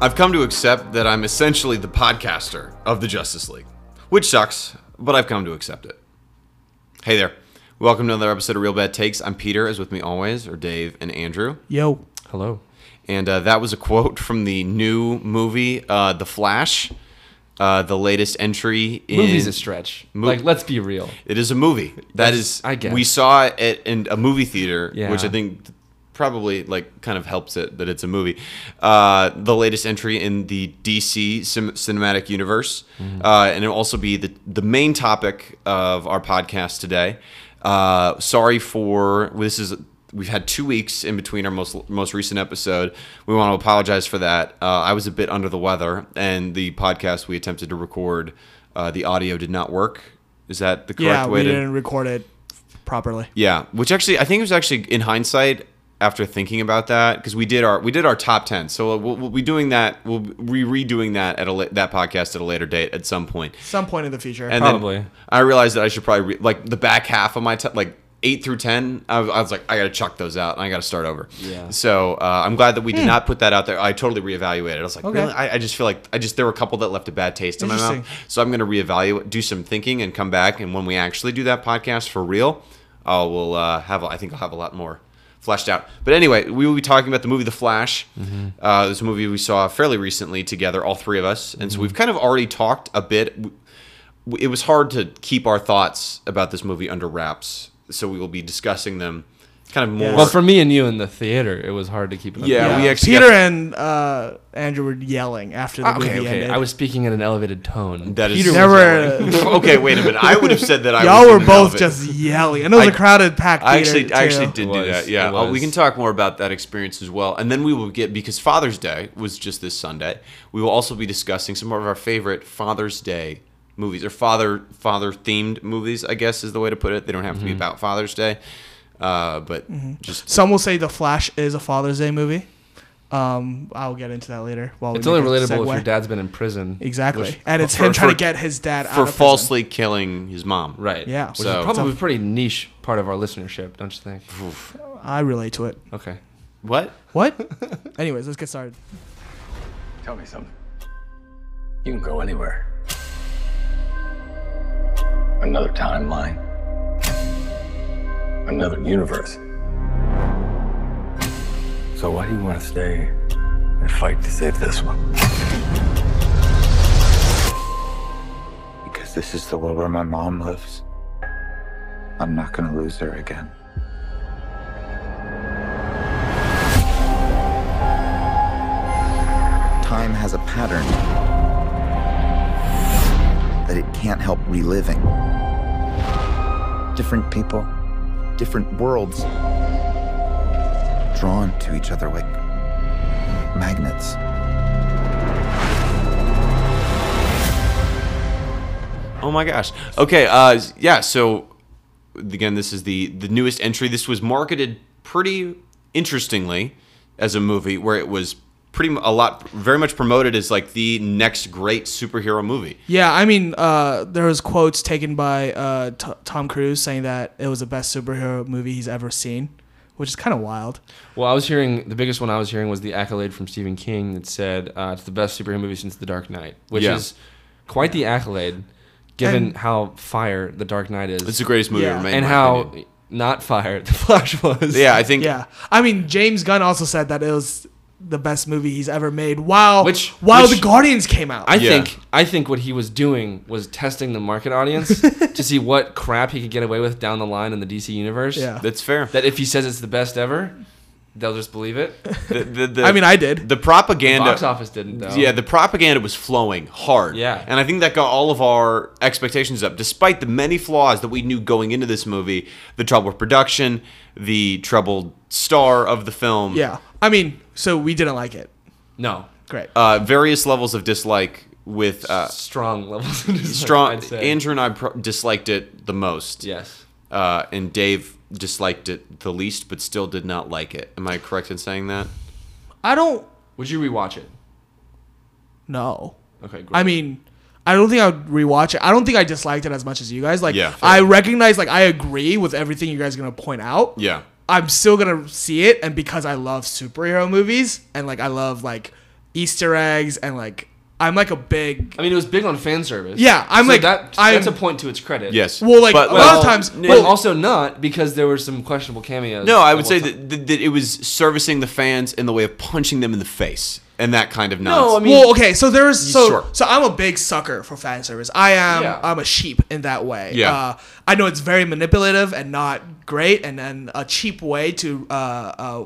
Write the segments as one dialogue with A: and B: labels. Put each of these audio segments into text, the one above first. A: I've come to accept that I'm essentially the podcaster of the Justice League, which sucks, but I've come to accept it. Hey there. Welcome to another episode of Real Bad Takes. I'm Peter, as with me always, or Dave and Andrew.
B: Yo.
C: Hello.
A: And uh, that was a quote from the new movie, uh, The Flash, uh, the latest entry in.
C: Movie's a stretch.
A: Mo-
C: like, let's be real.
A: It is a movie. That
C: Yes,
A: is,
C: I guess.
A: We saw it at, in a movie theater,
C: Yeah.
A: which I think probably like kind of helps it that it's a movie. Uh, the latest entry in the DC cin- cinematic universe,
C: Mm-hmm.
A: uh, and it'll also be the the main topic of our podcast today. Uh, sorry for this is. We've had two weeks in between our most most recent episode. We want to apologize for that. Uh, I was a bit under the weather, and the podcast we attempted to record, uh, the audio did not work. Is that the correct
B: Yeah,
A: way to?
B: we didn't record it properly.
A: Yeah, which actually I think it was actually in hindsight after thinking about that because we did our we did our top ten. So uh, we'll, we'll be doing that. We'll be redoing that at a la- that podcast at a later date at some point.
B: Some point in the future.
A: And
C: Probably.
A: then I realized that I should probably re- like the back half of my t- like eight through ten. I was, I was like, I gotta chuck those out and I gotta start over.
C: Yeah.
A: So uh, I'm glad that we did not put that out there. I totally reevaluated. I was like,
B: Hmm. Okay.
A: really? I, I just feel like I just there were a couple that left a bad taste in my mouth.
B: Interesting.
A: So I'm gonna reevaluate, do some thinking, and come back. And when we actually do that podcast for real, I will uh, have. a- I think I'll have a lot more fleshed out. But anyway, we will be talking about the movie The Flash.
B: Mm-hmm.
A: Uh, this movie we saw fairly recently together, all three of us, and
B: Mm-hmm.
A: so we've kind of already talked a bit w- it was hard to keep our thoughts about this movie under wraps, so we will be discussing them kind of more.
B: Well,
C: Well, for me and you in the theater, it was hard to keep it up.
A: Yeah, we actually
B: Peter
A: got- Ah,
B: and uh, Andrew were yelling after the
A: Okay,
B: movie
A: okay,
B: ended.
C: I was speaking at an elevated tone.
A: That is-
C: Peter
B: there
C: was
B: were
A: okay, wait a minute. I would have said that I.
B: y'all
A: was
B: were
A: in the middle of
B: both
A: it.
B: just yelling, and it was a
A: I-
B: crowded, packed
A: I
B: theater.
A: actually, I actually
B: too.
A: did
C: It
A: do
C: was,
A: that. Yeah,
C: it
A: Uh, we
C: was.
A: can talk more about that experience as well, and then we will get because Father's Day was just this Sunday. We will also be discussing some of our favorite Father's Day movies or father father themed movies. I guess is the way to put it. They don't have
C: Mm-hmm.
A: to be about Father's Day, uh, but
B: Mm-hmm.
A: just
B: Some will say The Flash is a Father's Day movie. Um, I'll get into that later. While we
C: It's only
B: make a
C: relatable if
B: segue.
C: your dad's been in prison.
B: Exactly,
C: Which-
B: and it's
A: for-
B: him trying
A: for-
B: to get his dad out
A: for
B: of prison.
A: falsely killing his mom.
C: Right.
B: Yeah.
C: Which
A: So-
C: is probably a pretty niche part of our listenership, don't you think?
B: I relate to it.
C: Okay.
A: What?
B: What? Anyways, let's get started.
D: Tell me something. You can go anywhere. Another timeline. Another universe. So why do you want to stay and fight to save this one?
E: Because this is the world where my mom lives. I'm not gonna lose her again. Time has a pattern that it can't help reliving. Different people, different worlds, drawn to each other like magnets.
A: Oh my gosh. Okay. Uh, yeah. So again, this is the the newest entry. This was marketed pretty interestingly as a movie where it was pretty mu- a lot very much promoted as like the next great superhero movie.
B: Yeah, I mean, uh, there was quotes taken by uh, T- Tom Cruise saying that it was the best superhero movie he's ever seen, which is kind of wild.
C: Well, I was hearing the biggest one I was hearing was the accolade from Stephen King that said uh, it's the best superhero movie since The Dark Knight, which
A: Yeah.
C: is quite the accolade, given
B: And-
C: how fire The Dark Knight is,
A: It's the greatest movie
B: Yeah.
A: ever made. in
C: and
A: my
C: how
A: opinion.
C: not fire The Flash was.
A: Yeah, I think.
B: Yeah, I mean, James Gunn also said that it was the best movie he's ever made. While
C: Which-
B: while
C: which-
B: the Guardians came out,
C: I
A: Yeah.
C: think I think what he was doing was testing the market audience to see what crap he could get away with down the line in the DC universe.
B: Yeah.
A: That's fair.
C: That if he says it's the best ever, they'll just believe it.
A: The- the- the-
B: I mean, I did.
A: the propaganda.
B: uh,
C: Box office didn't though.
A: Yeah, the propaganda was flowing hard.
C: Yeah.
A: And I think that got all of our expectations up, despite the many flaws that we knew going into this movie the troubled production, the troubled star of the film.
B: yeah, I mean, so we didn't like it.
C: no
B: Great.
A: Uh, various levels of dislike with uh,
C: strong levels. of dislike,
A: strong.
C: I'd say.
A: Andrew and I pro- disliked it the most.
C: Yes.
A: Uh, and Dave disliked it the least, but still did not like it. Am I correct in saying that?
B: I don't
C: Would you rewatch it?
B: know.
C: Okay. Great.
B: I mean, I don't think I would rewatch it. I don't think I disliked it as much as you guys. Like,
A: Yeah, fair.
B: I recognize, like, I agree with everything you guys are gonna point out.
A: Yeah.
B: I'm still gonna see it, and because I love superhero movies and like I love like Easter eggs and like I'm like a big
C: I mean, it was big on fan service.
B: Yeah, I'm
C: So
B: like-
C: that.
B: I'm-
C: that's a point to its credit.
A: Yes.
B: Well, like, a lot of times-
A: n-
C: but
B: well-
C: also not because there were some questionable cameos.
A: no, I
C: at
A: would
C: one
A: say
C: time.
A: that, that that it was servicing the fans in the way of punching them in the face and that kind of nonsense.
C: No, I mean,
B: well, okay, so there's so
A: Sure.
B: so I'm a big sucker for fan service. I am
C: Yeah.
B: I'm a sheep in that way.
A: Yeah.
B: Uh, I know it's very manipulative and not great, and and a cheap way to uh, uh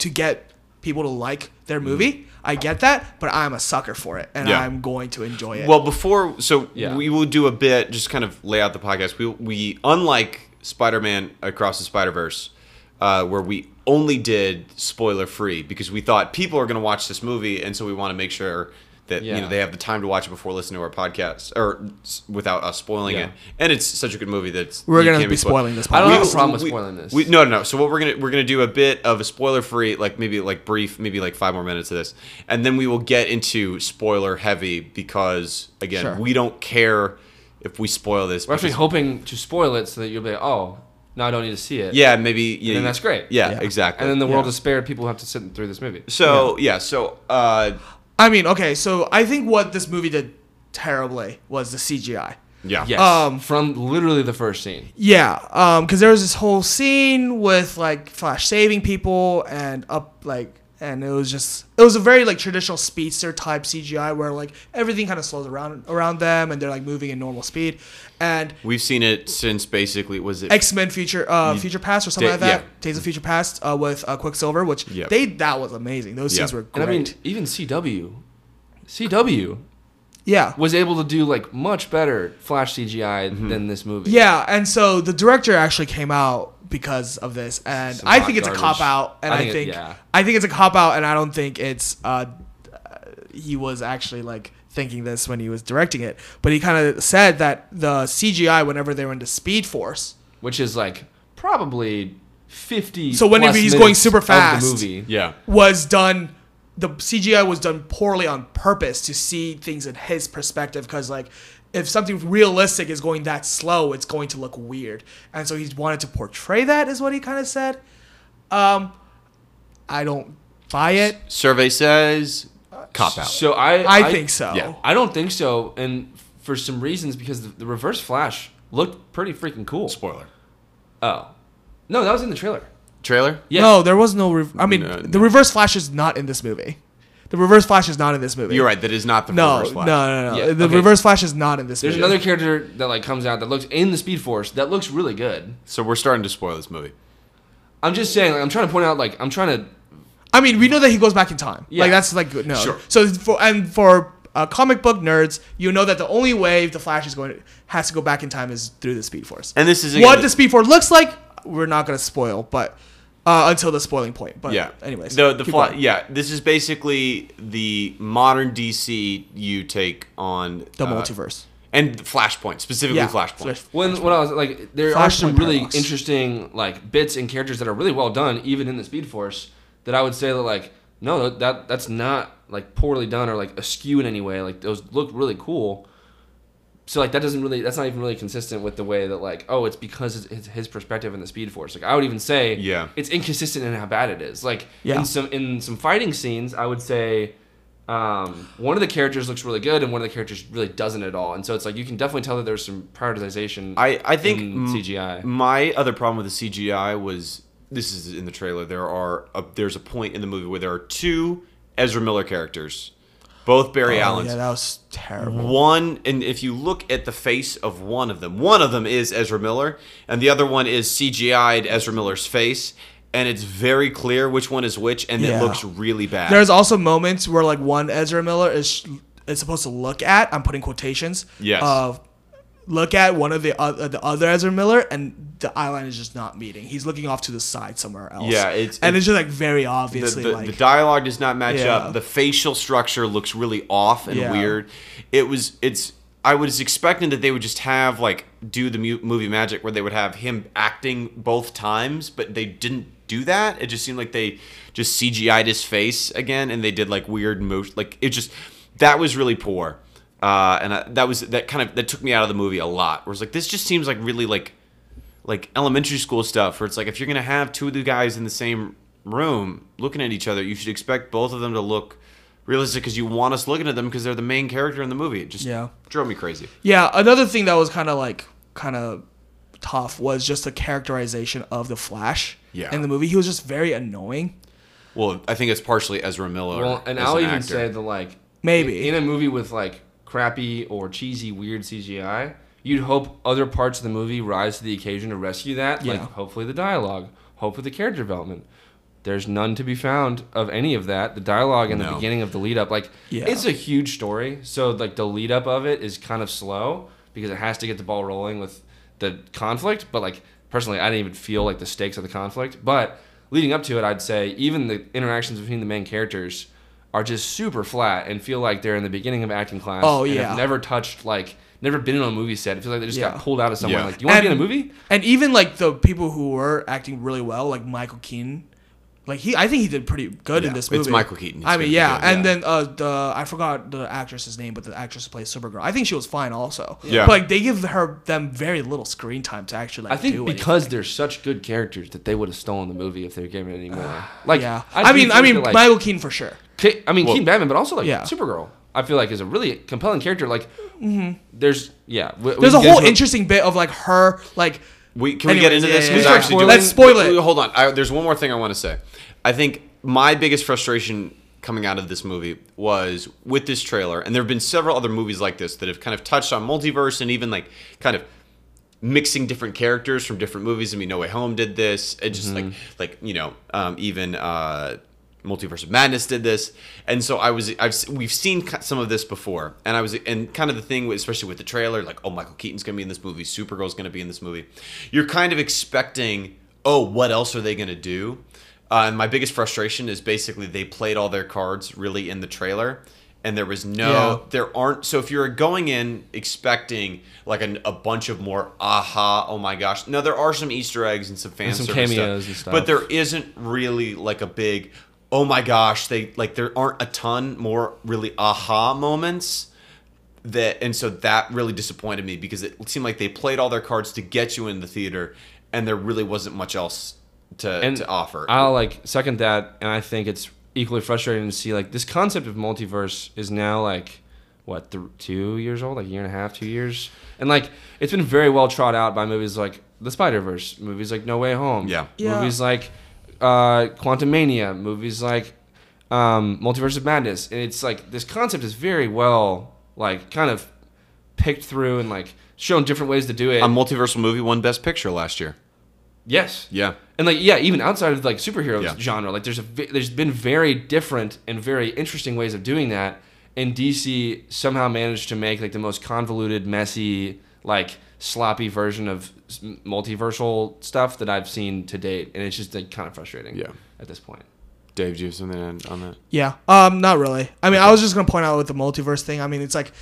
B: to get people to like their movie. I get that, but I'm a sucker for it, and
A: Mm. Yeah.
B: I'm going to enjoy it.
A: Well, before, so
C: Yeah.
A: we will do a bit, just kind of lay out the podcast. We, we unlike Spider Man Across the Spider Verse, uh, where we only did spoiler free because we thought people are going to watch this movie, and so we want to make sure that you
C: Yeah.
A: know they have the time to watch it before listening to our podcast or s- without us spoiling
C: Yeah.
A: it. And it's such a good movie that's
B: We're
A: you
B: gonna
A: can't
B: be
A: spoiled.
B: spoiling this
C: I don't
B: podcast.
C: have a problem with
A: we-
C: spoiling this.
A: we- no, no, no. So what we're gonna we're gonna do a bit of a spoiler free, like maybe like brief, maybe like five more minutes of this, and then we will get into spoiler heavy because again,
B: Sure.
A: we don't care if we spoil this.
C: we're actually
A: because-
C: hoping to spoil it so that you'll be like, oh, now I don't need to see it.
A: yeah, maybe you
C: then that's great.
A: Yeah,
B: Yeah.
A: exactly.
C: And then the world
B: Yeah.
C: is spared. People have to sit through this movie.
A: so yeah, so uh,
B: I mean, okay, so I think what this movie did terribly was the CGI.
A: yeah, Uh,
C: Yes.
B: Um,
C: from literally the first scene.
B: Yeah, um, because there was this whole scene with like Flash saving people and up like, and it was just it was a very like traditional speedster type CGI where like everything kind of slows around around them and they're like moving in normal speed, and
A: We've seen it since basically was it
B: X Men Future uh, Future Past or something
A: Da-
B: like that,
A: yeah.
B: Days of Future Past uh, with uh, Quicksilver, which
A: Yep.
B: they that was amazing. Those
A: Yeah.
B: scenes were
C: And
B: great.
C: I mean, even CW, CW
B: yeah,
C: was able to do like much better Flash CGI than this movie.
B: Mm-hmm. Yeah, and so the director actually came out because of this, and
C: Some
B: I
C: hot
B: think it's a
C: garbage.
B: cop out, and
C: I
B: I
C: think
B: think,
C: it- yeah.
B: I think it's a cop out, and I don't think it's uh, uh, he was actually like thinking this when he was directing it, but he kind of said that the CGI whenever they were into Speed Force,
C: Which is like probably 50.
B: So whenever
C: plus
B: he's going
C: minutes
B: super
C: of the
B: fast.
C: movie.
A: yeah.
B: was done the CGI was done poorly on purpose to see things in his perspective because like if something realistic is going that slow it's going to look weird and so he wanted to portray that is what he kind of said um I don't buy it
A: Survey says cop out.
C: So I,
B: I, think so
A: yeah.
C: I don't think so, and for some reasons because the, the Reverse Flash looked pretty freaking cool.
A: spoiler
C: Oh, no, that was in the trailer.
A: trailer.
C: Yeah,
B: no there was no re- I mean
A: No,
B: the
A: no.
B: reverse flash is not in this movie the reverse flash is not in this movie
A: You're right. That is not the
B: no
A: reverse
B: no
A: flash.
B: no no
C: Yeah,
B: the
C: okay.
B: reverse flash is not in this
C: there's
B: movie
C: another character that like comes out that looks in the Speed Force that looks really good.
A: So we're starting to spoil this movie.
C: I'm just saying, like, I'm trying to point out, like, I'm trying to.
B: I mean, we know that he goes back in time.
C: Yeah.
B: Like that's like good. No.
A: Sure.
B: So for and for uh, comic book nerds, you know that the only way the Flash is going has to go back in time is through the Speed Force.
A: And this is again-
B: what the Speed Force looks like. We're not gonna spoil, but uh, until the spoiling point. But
A: yeah.
B: Anyways.
A: the the
B: keep
A: fla-
B: going.
A: yeah. This is basically the modern DC you take on
B: The
A: uh,
B: multiverse.
A: and Flashpoint specifically
B: Yeah.
A: Flashpoint.
B: Flash-
C: When what I was like, there are
B: Flashpoint
C: some really
B: Paradox.
C: interesting like bits and characters that are really well done, even in the Speed Force. That I would say that like, no, that that's not like poorly done or like askew in any way. Like those look really cool. So like that doesn't really that's not even really consistent with the way that like oh it's because it's, it's his perspective in the Speed Force like I would even say
A: Yeah.
C: it's inconsistent in how bad it is like
B: Yeah.
C: in some in some fighting scenes I would say um, one of the characters looks really good and one of the characters really doesn't at all and so it's like you can definitely tell that there's some prioritization
A: I I think
C: in
A: m-
C: CGI
A: My other problem with the CGI was this is in the trailer. There are a, there's a point in the movie where there are two Ezra Miller characters, both Barry
B: Oh,
A: Allen's.
B: yeah, that was terrible.
A: One, and if you look at the face of one of them, one of them is Ezra Miller, and the other one is CGI'd Ezra Miller's face, and it's very clear which one is which, and
B: Yeah.
A: it looks really bad.
B: There's also moments where like one Ezra Miller is is supposed to look at. I'm putting quotations.
A: Yes.
B: Of look at one of the other the other Ezra Miller, and the eyeline is just not meeting. He's looking off to the side somewhere else.
A: Yeah, it's-
B: and it's just like very
A: the,
B: obviously
A: the-
B: like
A: the dialogue does not match
B: Yeah.
A: up. The facial structure looks really off and
B: Yeah.
A: weird. It was it's I was expecting that they would just have like do the mu- movie magic where they would have him acting both times, but they didn't do that. It just seemed like they just CGI'd his face again and they did like weird moves. Like it just that was really poor. Uh, and I, that was that kind of that took me out of the movie a lot. Where it's like this just seems like really like like elementary school stuff where it's like if you're gonna have two of the guys in the same room looking at each other, you should expect both of them to look realistic because you want us looking at them because they're the main character in the movie. It just
B: Yeah.
A: drove me crazy.
B: Yeah, another thing that was kind of like kind of tough was just the characterization of the Flash
A: Yeah.
B: in the movie. He was just very annoying.
A: Well, I think it's partially Ezra Miller.
C: Well, and
A: as
C: I'll
A: an
C: even
A: actor.
C: say the like
B: Maybe.
C: in, in a movie with like crappy or cheesy, weird CGI, you'd hope other parts of the movie rise to the occasion to rescue that. Like
B: Yeah.
C: hopefully the dialogue, hopefully the character development. There's none to be found of any of that. The dialogue in the
A: No.
C: beginning of the lead up, like
B: Yeah.
C: it's a huge story. So like the lead up of it is kind of slow because it has to get the ball rolling with the conflict. But like personally, I didn't even feel like the stakes of the conflict. But leading up to it, I'd say even the interactions between the main characters are just super flat and feel like they're in the beginning of acting class.
B: Oh,
C: and
B: yeah.
C: have never touched like never been in a movie set. It feels like they just
B: Yeah.
C: got pulled out of somewhere.
A: Yeah.
C: Like, do you want to be in a
B: And-
C: movie?
B: And even like the people who were acting really well, like Michael Keaton, like he, I think he did pretty good in
A: Yeah,
B: this movie.
A: it's Michael Keaton. He's
B: I mean,
A: gonna
B: yeah.
A: be good,
B: And
A: yeah.
B: then uh, the I forgot the actress's name, but the actress who plays Supergirl, I think she was fine also.
A: Yeah.
B: But like, they give her them very little screen time to actually. Like,
C: I think
B: do
C: because they're such good characters that they would have stolen the movie if they were given any more. Like,
B: anything. yeah,
C: do
B: I, mean,
C: think
B: I mean
C: that, like,
B: Michael Keaton for sure.
C: Ki- I mean,
A: Well-
C: King Batman, but also like
B: Yeah.
C: Supergirl. I feel like is a really compelling character. Like, there's yeah, w-
B: There's
C: we-
B: a whole
C: what-
B: interesting bit of like her like.
A: We can we
B: Anyways,
A: get into
B: yeah,
A: this?
B: yeah,
A: 'Cause
B: yeah.
A: I actually do-
B: Let's spoil it.
A: Hold on. I, there's one more thing I want to say. I think my biggest frustration coming out of this movie was with this trailer, and there have been several other movies like this that have kind of touched on multiverse and even like kind of mixing different characters from different movies. I mean, No Way Home did this. It just like like you know um, even uh, Multiverse of Madness did this, and so I was I've s- we've seen ki- some of this before, and I was and kind of the thing, with- especially with the trailer, like oh Michael Keaton's gonna be in this movie, Supergirl's gonna be in this movie. You're kind of expecting oh what else are they gonna do? Uh, and my biggest frustration is basically they played all their cards really in the trailer. And there was no,
B: Yeah.
A: there aren't so if you're going in expecting like an, a bunch of more aha oh my gosh no there are some easter eggs and some fan
C: some
A: service
C: cameos and
A: but
C: stuff.
A: there isn't really like a big oh my gosh they like there aren't a ton more really aha moments that and so that really disappointed me because it seemed like they played all their cards to get you in the theater and there really wasn't much else to,
C: and
A: to offer
C: I'll like second that, and I think it's equally frustrating to see like this concept of multiverse is now like what th- two years old, like a year and a half, two years, and like it's been very well trot out by movies like the Spider Verse, movies like No Way Home,
A: Yeah.
B: Yeah.
C: movies like uh, Quantum Mania, movies like um, Multiverse of Madness, and it's like this concept is very well like kind of picked through and like shown different ways to do it.
A: a multiversal movie won best picture last year
C: yes,
A: yeah
C: and like yeah even outside of like superheroes
A: Yeah.
C: genre like there's a ve- there's been very different and very interesting ways of doing that and dc somehow managed to make like the most convoluted messy like sloppy version of s- multiversal stuff that i've seen to date and it's just like kind of frustrating
A: Yeah.
C: at this point
A: dave do you have something on- on that
B: Yeah. Um, not really. I mean, I was just gonna point out with the multiverse thing. I mean, it's like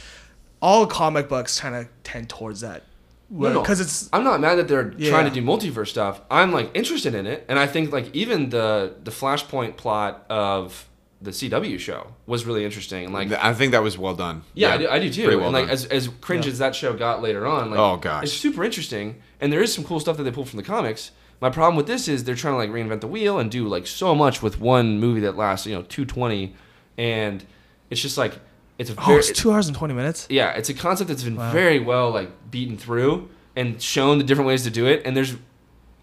B: all comic books kind of tend towards that,
C: No, no.
B: because it's
C: I'm not mad that they're
B: Yeah.
C: trying to do multiverse stuff. I'm like interested in it, and I think like even the the Flashpoint plot of the CW show was really interesting. And like
A: i think that was well done
C: Yeah, I, do, I do too.
A: Pretty well
C: and like
A: done.
C: as, as cringe as that show got later on, like
A: Oh, gosh.
C: it's super interesting. And there is some cool stuff that they pulled from the comics. My problem with this is they're trying to like reinvent the wheel and do like so much with one movie that lasts you know two twenty, and it's just like it's a
B: oh,
C: very,
B: it's two hours and twenty minutes.
C: yeah, it's a concept that's been very well like beaten through and shown the different ways to do it. And there's,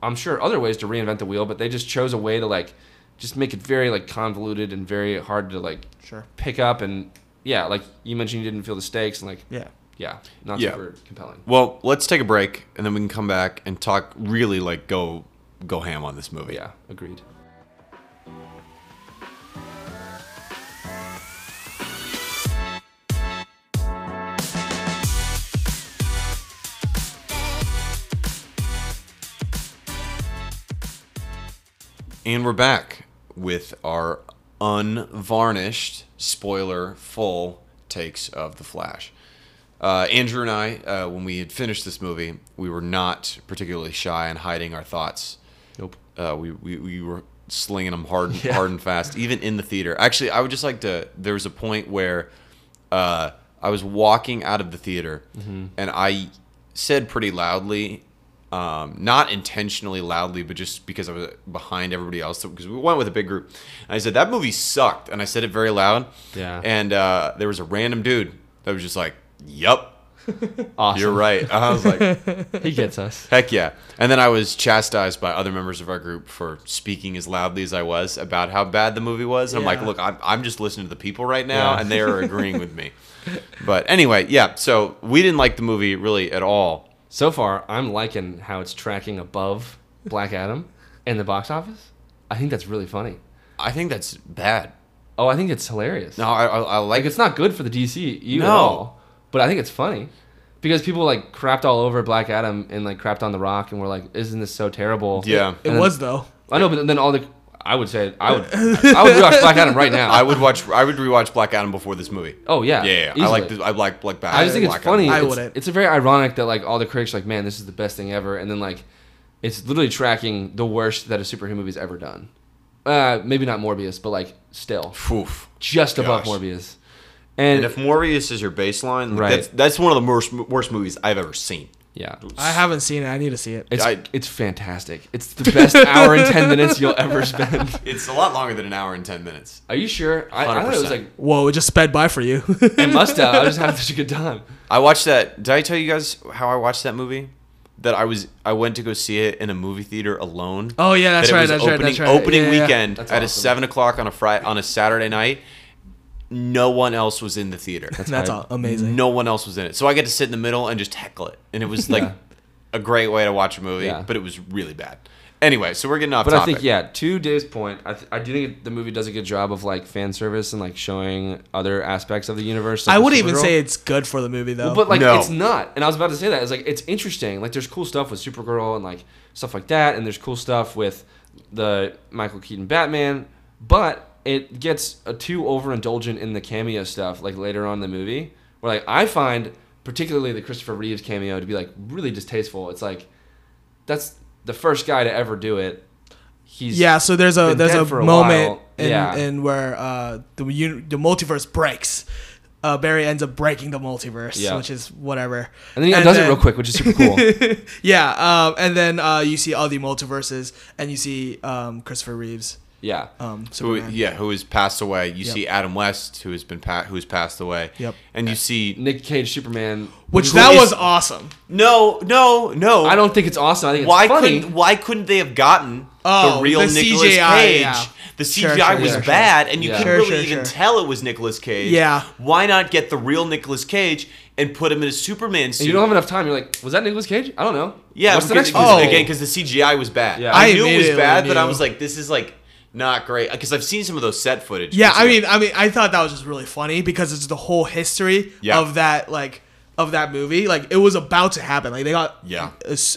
C: I'm sure, other ways to reinvent the wheel, but they just chose a way to like just make it very like convoluted and very hard to like
B: Sure.
C: pick up. And yeah, like you mentioned, you didn't feel the stakes and like
B: Yeah.
C: yeah, not
A: Yeah.
C: super compelling.
A: Well, let's take a break and then we can come back and talk really like go go ham on this movie.
C: Yeah, agreed.
A: And we're back with our unvarnished, spoiler full takes of The Flash. Uh, Andrew and I, uh, when we had finished this movie, we were not particularly shy in hiding our thoughts.
C: Nope.
A: Uh, we, we, we were slinging them hard, and hard and fast, even in the theater. Actually, I would just like to. There was a point where uh, I was walking out of the theater, and I said pretty loudly, um, not intentionally loudly, but just because I was behind everybody else because we went with a big group. And I said that movie sucked, and I said it very loud.
C: Yeah.
A: And uh, there was a random dude that was just like, "Yup,
C: Awesome.
A: you're right." And I was like,
C: He gets us.
A: "Heck yeah!" And then I was chastised by other members of our group for speaking as loudly as I was about how bad the movie was. And I'm like,
B: Yeah.
A: "Look, I'm, I'm just listening to the people right now,
C: Yeah.
A: and they are agreeing with me." But anyway, yeah. So we didn't like the movie really at all.
C: So far, I'm liking how it's tracking above Black Adam in the box office. I think that's really funny.
A: I think that's bad.
C: Oh, I think it's hilarious.
A: No, I, I, I like
C: Like it's not good for the DC you at
A: No.
C: all. But I think it's funny because people like crapped all over Black Adam and like crapped on The Rock and were like, "Isn't this so terrible?"
A: Yeah.
B: It
C: And
B: was though.
C: I know, but then all the I would say I would I would rewatch Black Adam right now.
A: I would watch. I would rewatch Black Adam before this movie.
C: oh yeah,
A: yeah, yeah. I
C: easily.
A: like. The, I like Black Adam.
C: I just think it's
A: Black
C: funny.
A: Adam.
B: I
C: it's,
B: wouldn't.
C: It's a very ironic that like all the critics are like, man, this is the best thing ever, and then like, it's literally tracking the worst that a superhero movie's ever done. Uh, maybe not Morbius, but like still
A: Oof.
C: just above
A: Gosh.
C: Morbius. And,
A: And if Morbius is your baseline, like,
C: Right.
A: That's, that's one of the worst, worst movies I've ever seen.
C: yeah,
B: I haven't seen it. I need to see it.
C: it's
A: I-
C: it's fantastic. It's the best hour and ten minutes you'll ever spend.
A: It's a lot longer than an hour and ten minutes.
C: Are you sure? I, I thought it was like
A: 100%.
B: Whoa, it just sped by for you.
C: it must have. I was just having such a good time.
A: I watched that. Did I tell you guys how I watched that movie? That I was. I went to go see it in a movie theater alone.
B: Oh, yeah, that's
A: That it
B: right,
A: was
B: that's right,
A: opening,
B: that's right.
A: Opening
B: Yeah, yeah, yeah.
A: weekend
C: That's
A: at a
C: awesome.
A: seven o'clock on a Friday on a Saturday night. No one else was in the theater.
B: That's all amazing.
A: No one else was in it. So I got to sit in the middle and just heckle it. And it was like
C: Yeah.
A: a great way to watch a movie,
C: Yeah.
A: but it was really bad. Anyway, so we're getting off
C: But I
A: topic.
C: think yeah, to Dave's point, I, th- I do think the movie does a good job of like fan service and like showing other aspects of the universe.
B: I
C: of
B: wouldn't even
C: Supergirl.
B: say it's good for the movie though.
C: But like
A: No.
C: it's not. And I was about to say that. It's like it's interesting. Like there's cool stuff with Supergirl and like stuff like that, and there's cool stuff with the Michael Keaton Batman, but it gets a too overindulgent in the cameo stuff like later on in the movie. Where like I find particularly the Christopher Reeves cameo to be like really distasteful. It's like that's the first guy to ever do it. He's
B: yeah, so there's a
C: been
B: there's
C: dead
B: a,
C: for a
B: moment
C: while.
B: in,
C: Yeah.
B: in where uh, the un- the multiverse breaks. Uh, Barry ends up breaking the multiverse,
C: Yeah.
B: which is whatever.
C: and then he does it
B: then-
C: real quick, which is super cool.
B: yeah, um, and then uh, you see all the multiverses, and you see um, Christopher Reeves.
C: yeah.
B: Um,
A: who,
B: Superman.
A: yeah, who has passed away. You
B: Yep.
A: see Adam West, who has been pa- who has passed away.
B: Yep.
A: And you see
C: Nick Cage Superman,
B: Which
A: Who
B: that
A: is-
B: was awesome.
A: no, no, no.
C: I don't think it's awesome. I think it's
A: Why
C: funny.
A: couldn't Why couldn't they have gotten
B: Oh,
A: the real
B: the
A: Nicolas
B: CGI,
A: Cage?
B: yeah.
A: The
B: Sure,
A: CGI
B: sure,
A: was
B: sure, sure.
A: bad, and you
C: Yeah.
A: couldn't
B: Sure,
A: really
B: sure,
A: even
B: sure.
A: tell it was Nicolas Cage.
B: Yeah.
A: Why not get the real Nicolas Cage and put him in a Superman suit?
C: And you don't have enough time. You're like, was that Nicolas Cage? I don't know.
A: Yeah,
C: What's the
A: because,
C: next
A: because-
C: one?
A: again because the CGI was bad.
C: Yeah.
A: I,
B: I
A: knew it was
B: immediately
A: bad, but I
B: knew.
A: was like, this is like not great because I've seen some of those set footage.
B: Yeah,
A: It's
B: I
A: like-
B: mean, I mean, I thought that was just really funny because it's the whole history
A: Yeah.
B: of that, like, of that movie. Like, it was about to happen. Like, they got
A: Yeah.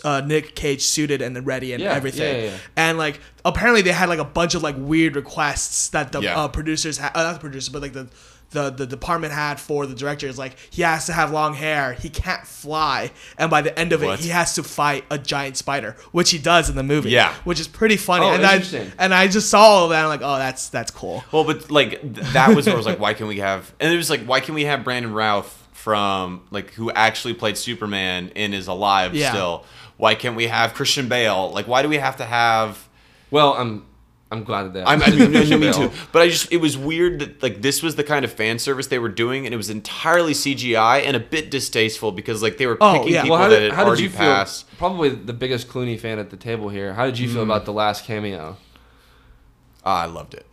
B: uh, Nick Cage suited and ready and
C: Yeah,
B: everything.
C: yeah, yeah, yeah.
B: And like, apparently, they had like a bunch of like weird requests that the
A: Yeah.
B: uh, producers, ha- uh, not the producers, but like the. The, the department had for the directors like he has to have long hair he can't fly and by the end of
A: What?
B: it he has to fight a giant spider which he does in the movie
A: Yeah.
B: which is pretty funny
C: Oh,
B: and I
C: interesting.
B: and I just saw all of that and I'm like oh that's that's cool
A: well, but like th- that was where I was like, why can we have? And it was like, why can we have Brandon Routh from like who actually played Superman and is alive
B: Yeah.
A: still? Why can't we have Christian Bale? Like, why do we have to have?
C: well, I'm I'm glad that. that
A: I'm, I
C: happened.
A: mean, no, no, me
C: Bale.
A: too. But I just, it was weird that like this was the kind of fan service they were doing, and it was entirely CGI and a bit distasteful because like they were
B: Oh,
A: picking
B: yeah.
A: people
C: Well, how
A: that
C: did,
A: had
C: how did
A: already
C: you feel?
A: passed. Hmm.
C: Probably the biggest Clooney fan at the table here. How did you feel about the last cameo?
A: Ah, I loved it.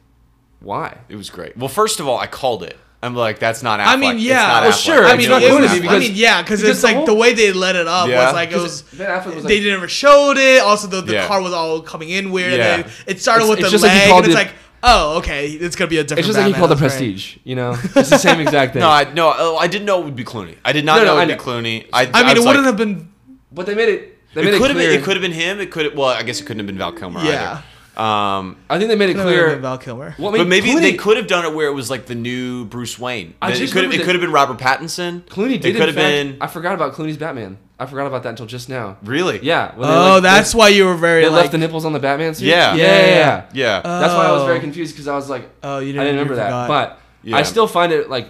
C: Why?
A: It was great. Well, first of all, I called it. I'm like, that's not Affleck.
B: I mean, yeah,
A: it's not
B: well,
A: Affleck.
C: sure,
A: I
B: I
A: knew
B: mean,
A: it
C: not
B: it
A: was
C: going
B: was,
C: to be
A: Affleck.
B: I
C: because-
B: mean, yeah, because
C: because
B: it's
C: the
B: like
C: whole-
B: the way they let it up
A: Yeah.
B: was like it was.
C: Ben Affleck was
B: they
C: like-
B: never showed it. Also, the, the
A: Yeah.
B: car was all coming in weird.
A: Yeah.
B: And then it started
C: It's-
B: with
C: it's
B: the
C: just like he
B: leg,
C: called
B: and it's
C: it-
B: like, oh, okay, it's gonna be a different.
C: It's just like he
B: Batman,
C: called the
B: that's great.
C: Prestige. You know, it's the same exact thing.
A: No, I, no, oh, I didn't know it would be Clooney. I did not
C: No, no,
A: know
C: I
A: it would
C: know.
A: be Clooney. I,
B: I mean, it
A: was
B: wouldn't
A: like,
B: have been.
C: but they made it. They made
A: It
C: it,
A: could have
C: clear.
A: been. It could have been him. It could. Well, I guess it couldn't have been Val Kilmer
B: Yeah.
A: either. Um,
C: I think they made it
B: It would have
C: clear.
B: been Val Kilmer.
C: Well, I mean,
A: but maybe they
C: Clooney-
A: could have done it where it was like the new Bruce Wayne.
C: I
A: It
C: just
A: could have.
C: remembered
A: It
C: that-
A: could have been Robert Pattinson.
C: Clooney
A: It
C: did.
A: could have
C: in fact-
A: been.
C: I forgot about Clooney's Batman. I forgot about that until just now.
A: Really?
C: Yeah. when they,
B: oh,
C: like,
B: that's why you were
C: They,
B: very.
C: they
B: like,
C: left the nipples on the Batman suit.
A: Yeah.
C: Yeah. yeah,
B: Yeah.
C: yeah.
A: Yeah.
C: That's why I was very
B: Oh.
C: confused because I was like,
B: Oh, you
C: I
B: didn't-
C: didn't remember
B: you
C: that.
B: forgot.
C: But
A: Yeah.
C: I still find it like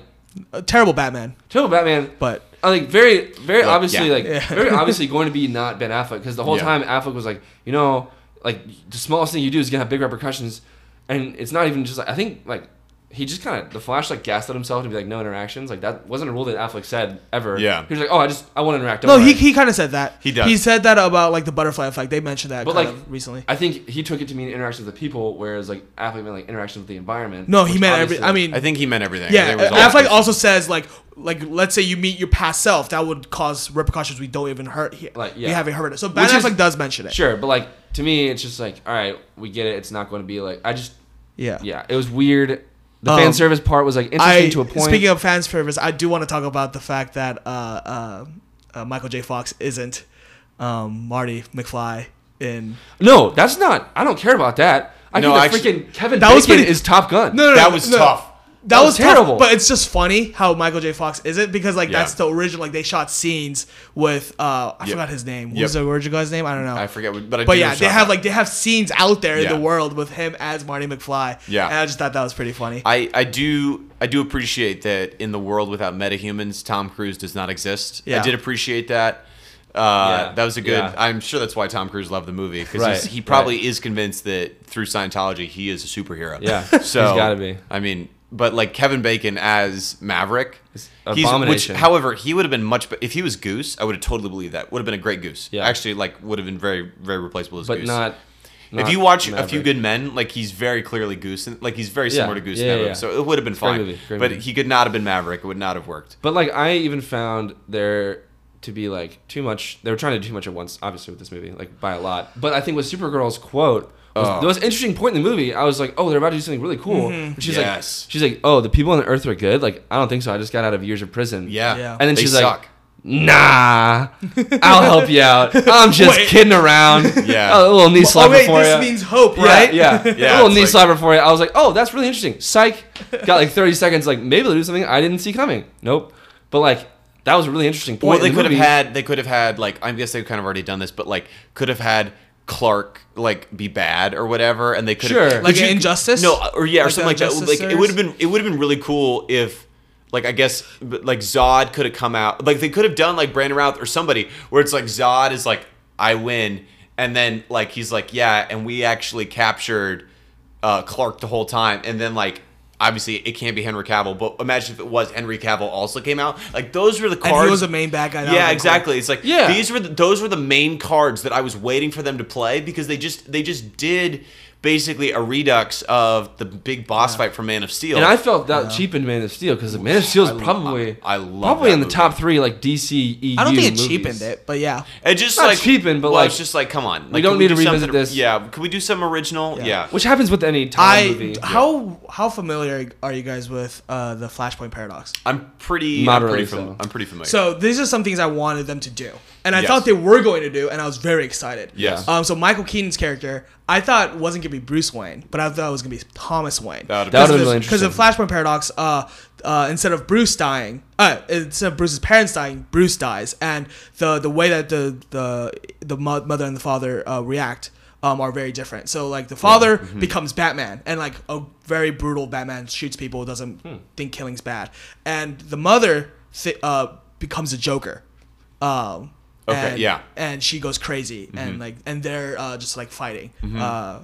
B: a terrible Batman,
C: Total Batman.
B: but
C: I like very, very
A: Like,
C: obviously,
A: yeah.
C: like
B: Yeah.
C: very obviously going to be not Ben Affleck because the whole
A: Yeah.
C: time Affleck was like, you know, like the smallest thing you do is gonna have big repercussions, and it's not even just like I think like he just kind of the Flash like gaslit himself to be like no interactions like that wasn't a rule that Affleck said ever.
A: Yeah.
C: he was like, oh, I just I want to interact. don't
B: No, he,
C: worry."
B: he kind of said that.
A: He does.
B: He said that about like the butterfly effect. They mentioned that
C: But,
B: kind
C: like,
B: of recently.
C: I think he took it to mean interactions with the people, whereas like Affleck meant like interactions with the environment.
B: no, he
C: which
B: meant every.
C: obviously-
B: I mean,
A: I think he meant everything. I
B: yeah. uh,
A: think it was all-
B: Affleck also says like like let's say you meet your past self, that would cause repercussions we don't even hurt here.
C: Like,
B: we
C: yeah.
B: haven't heard it. So Ben
C: Which is-
B: Affleck does mention it.
C: sure, but like to me, it's just like all right, we get it. It's not going to be like I just
B: Yeah.
C: yeah, it was weird. The
B: Um,
C: fan service part was like interesting
B: I
C: to a point.
B: speaking of fan service, I do want to talk about the fact that uh, uh, uh, Michael J. Fox isn't um, Marty McFly in.
C: no, that's not. I don't care about that. I
A: No,
C: think the
A: actually-
C: freaking Kevin
B: That
C: Bacon
B: was pretty-
C: is Top Gun.
B: No, no,
A: That
B: no,
A: was
B: no.
A: tough.
B: That,
C: That
B: was
C: was
B: terrible.
C: terrible.
B: But it's just funny how Michael J. Fox is it because like
A: Yeah.
B: that's the original. Like they shot scenes with uh I
A: Yep.
B: forgot his name. What
A: Yep.
B: was the original guy's name? I don't know.
A: I forget, what- but I
B: but
A: do
B: yeah,
A: know
B: they
A: Shot
B: have
A: Put.
B: like they have scenes out there in
A: Yeah.
B: the world with him as Marty McFly.
A: Yeah.
B: and I just thought that was pretty funny.
A: I, I do I do appreciate that in the world without metahumans, Tom Cruise does not exist.
B: Yeah.
A: I did appreciate that. Uh,
C: Yeah,
A: That was a good.
C: yeah.
A: I'm sure that's why Tom Cruise loved the movie because
C: Right,
A: he probably is convinced that through Scientology he is a superhero.
C: Yeah,
A: so
C: he's gotta be.
A: I mean, but like Kevin Bacon as Maverick, he's, which,
C: abomination.
A: however, he would have been much. Be- if he was Goose, I would have totally believed that. Would have been a great Goose.
C: Yeah.
A: actually, like would have been very very replaceable as
C: but
A: Goose.
C: not,
A: If
C: not
A: you watch A
C: Maverick.
A: Few Good Men, like he's very clearly Goose, and like he's very similar to Goose.
C: yeah,
A: in that
C: yeah.
A: movie, So it would have been fine,
C: movie, great
A: but
C: movie.
A: he could not have been Maverick. It would not have worked.
C: But like I even found there to be like too much. They were trying to do too much at once, obviously with this movie, like by a lot. But I think with Supergirl's quote. Was,
A: Oh.
C: There was an interesting point in the movie. I was like, "Oh, they're about to do something really cool."
B: Mm-hmm.
C: But She's
A: Yes.
C: like, "She's like, oh, the people on Earth are good." Like, I don't think so. I just got out of years of prison.
A: Yeah,
B: Yeah.
C: And then
A: They
C: she's
A: suck.
C: like, "Nah, I'll help you out. I'm just
B: Wait.
C: kidding around.
A: Yeah.
C: a little knee
B: oh
C: slapper
B: wait,
C: for
B: this
C: ya.
B: means hope, right?
C: Yeah, yeah.
A: Yeah,
C: a little
A: it's
C: knee
A: like-
C: slapper for you. I was like, oh, that's really interesting. Psych. Got like 30 seconds. Like maybe they'll do something I didn't see coming. Nope. But like that was a really interesting
A: Well,
C: point.
A: they
C: in the
A: could have
C: movie.
A: had. They could have had. Like I guess they've kind of already done this, but like could have had Clark like be bad or whatever, and they could
C: Sure.
A: have,
B: Like
A: Would
B: an Injustice?
A: No, uh, or yeah, or
B: Like uh, the
A: something like that.
B: Injustice
A: Like it
B: series?
A: would have been. It would have been really cool if. Like I guess, but, like Zod could have come out. Like they could have done like Brandon Routh or somebody, where it's like Zod is like, "I win," and then like he's like, "Yeah," and we actually captured uh, Clark the whole time, and then like obviously it can't be Henry Cavill, but imagine if it was Henry Cavill also came out. Like those were the cards.
B: and he was a main bad guy. that would've
A: Yeah,
B: been cool.
A: exactly. It's like
C: Yeah.
A: these were the, those were the main cards that I was waiting for them to play because they just they just did basically a redux of the big boss fight from Man of Steel.
C: And I felt that cheapened Man of Steel because Man of Steel
A: Uh-huh. I-
C: is probably
A: I love
C: probably
A: that
C: in the
A: movie.
C: top three like DC EU.
B: I don't think it
C: movies.
B: cheapened it, but yeah.
A: it just
C: not
A: like
C: cheaping, but,
A: well,
C: like,
A: it's just like come on, like,
C: don't
A: can
C: need
A: do
C: to revisit
A: something-
C: this.
A: Yeah, could we do some original? Yeah,
C: Which happens with any time
B: I
C: movie.
B: how how familiar are you guys with uh, the Flashpoint paradox?
A: I'm pretty I'm
C: Moderately
A: pretty, fam-
C: so.
A: I'm pretty familiar.
B: So these are some things I wanted them to do, and I
A: Yes.
B: thought they were going to do, and I was very excited.
A: Yes.
B: Um. So Michael Keaton's character, I thought wasn't gonna be Bruce Wayne, but I thought it was gonna be Thomas Wayne.
A: That would've
C: That would've
B: Because
C: been really
B: of- Because of Flashpoint Paradox, uh, uh, instead of Bruce dying, uh, instead of Bruce's parents dying, Bruce dies, and the the way that the the the mo- mother and the father uh, react. Um, are very different. So like the father
A: Mm-hmm.
B: becomes Batman and like a very brutal Batman shoots people, doesn't
A: Hmm.
B: think killing's bad, and the mother th- uh, becomes a Joker. Um,
A: Okay,
B: and-
A: yeah. Mm-hmm.
B: and she goes crazy and like and they're uh, just like fighting uh,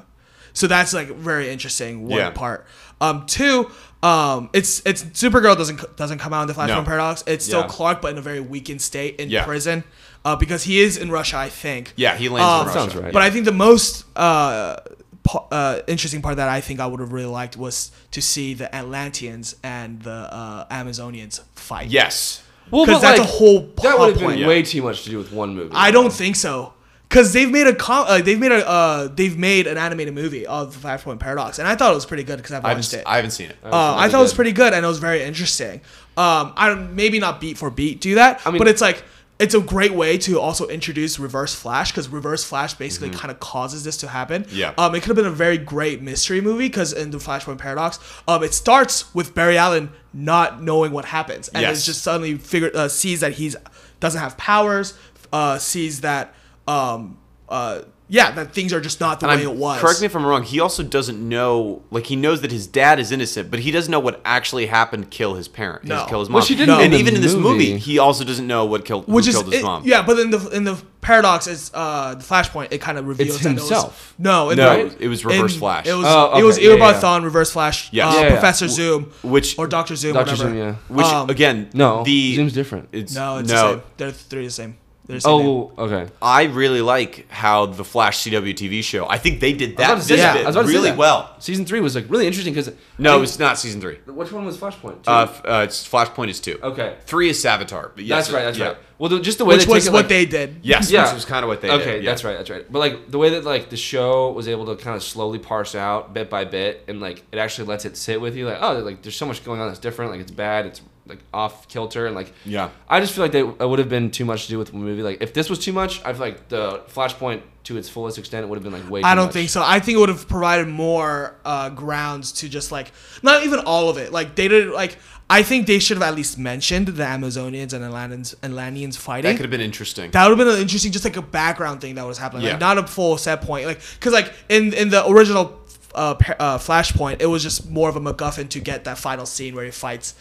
B: so that's like very interesting one
A: Yeah.
B: part um two um it's it's supergirl doesn't c- doesn't come out in the flashpoint
A: No.
B: paradox it's still
C: Yeah.
B: clark but in a very weakened state in
A: Yeah.
B: prison uh, because he is in russia i think
A: yeah, he lands. in
B: Um,
A: Russia.
C: Oh, sounds right.
B: but i think the most uh, pa- uh, interesting part that I think I would have really liked was to see the Atlanteans and the uh, Amazonians fight.
A: Yes.
C: Well,
B: because
C: but,
B: that's
C: like,
B: a whole
C: that
B: plot
C: would have
B: point.
C: been way too much to do with one movie.
B: I don't think so. Cause they've made a com- uh, they've made a uh, they've made an animated movie of the Flashpoint Paradox, and I thought it was pretty good because I've
A: I
B: watched
A: haven't,
B: it.
A: I haven't seen it.
B: Uh, I
C: really
B: thought it was
C: good.
B: pretty good and it was very interesting. Um, I don't maybe not beat for beat do that,
C: mean-
B: but it's like it's a great way to also introduce Reverse Flash because Reverse Flash basically kind of causes this to happen.
A: Mm-hmm. Yeah.
B: Um, it could have been a very great mystery movie because in the Flashpoint Paradox, um, it starts with Barry Allen not knowing what happens and
A: Yes.
B: it's just suddenly figure uh, sees that he's doesn't have powers, uh, sees that um, uh, yeah, that things are just not the
A: And
B: way
A: I'm-
B: it was.
A: Correct me if I'm wrong. He also doesn't know, like he knows that his dad is innocent, but he doesn't know what actually happened to kill his parent,
B: No.
A: his, kill his mom.
C: Which he didn't
B: in
A: And
C: the
A: even in this movie,
C: movie.
A: he also doesn't know what killed
B: which
A: who
B: is
A: killed his
B: it-
A: mom.
B: yeah, but in the in the paradox, it's uh the flashpoint. It kind of reveals that it was-
C: himself.
B: no, in
A: No,
B: the-
A: it was- it was Reverse
B: in-
A: Flash.
B: It was
C: Oh,
B: it was
C: okay, yeah, yeah.
B: Irbathon, Reverse Flash.
A: Yes.
B: uh,
A: Yeah,
C: yeah.
B: Professor Zoom
A: Which
B: or Doctor Zoom,
C: Dr.
B: whatever.
C: Zoom, yeah.
A: Which
B: Um,
A: again,
C: No,
A: the
C: Zoom's different.
A: It's,
B: No, it's the same.
A: no.
B: They're three the same. They're the same name.
C: Oh, okay.
A: I really like how the Flash CW TV show. I think they did
C: I
A: that
C: was about to say
A: bit
C: that.
A: of it
C: I was about to say
A: really
C: that.
A: well.
C: Season three was like really interesting because
A: No, it's not season three.
C: which one was Flashpoint? Two?
A: Uh, f- uh, it's Flashpoint is two.
C: Okay.
A: three is Savitar. But yes,
C: that's right. That's
A: yeah.
C: right. Well, the, just the way
B: which
C: they
B: was
C: take it,
B: what
C: like-
B: they did.
A: Yes,
C: Yeah.
A: which was kind of what they did.
C: okay,
A: yeah.
C: that's right, that's right. But like the way that like the show was able to kind of slowly parse out bit by bit, and like it actually lets it sit with you, like oh, like there's so much going on that's different, like it's bad, it's like off kilter, and like
A: Yeah.
C: I just feel like they it would have been too much to do with the movie. Like if this was too much, I feel like the Flashpoint to its fullest extent would have been like way. Too
B: I don't
C: much.
B: think so. I think it would have provided more uh, grounds to just like not even all of it. Like they did like I think they should have at least mentioned the Amazonians and Atlanteans, Atlanteans
A: That
B: fighting.
A: could have been interesting.
B: That would have been an interesting, just like a background thing that was happening,
A: Yeah.
B: like not a full set point, like because like in in the original uh, pa- uh, Flashpoint, it was just more of a MacGuffin to get that final scene where he fights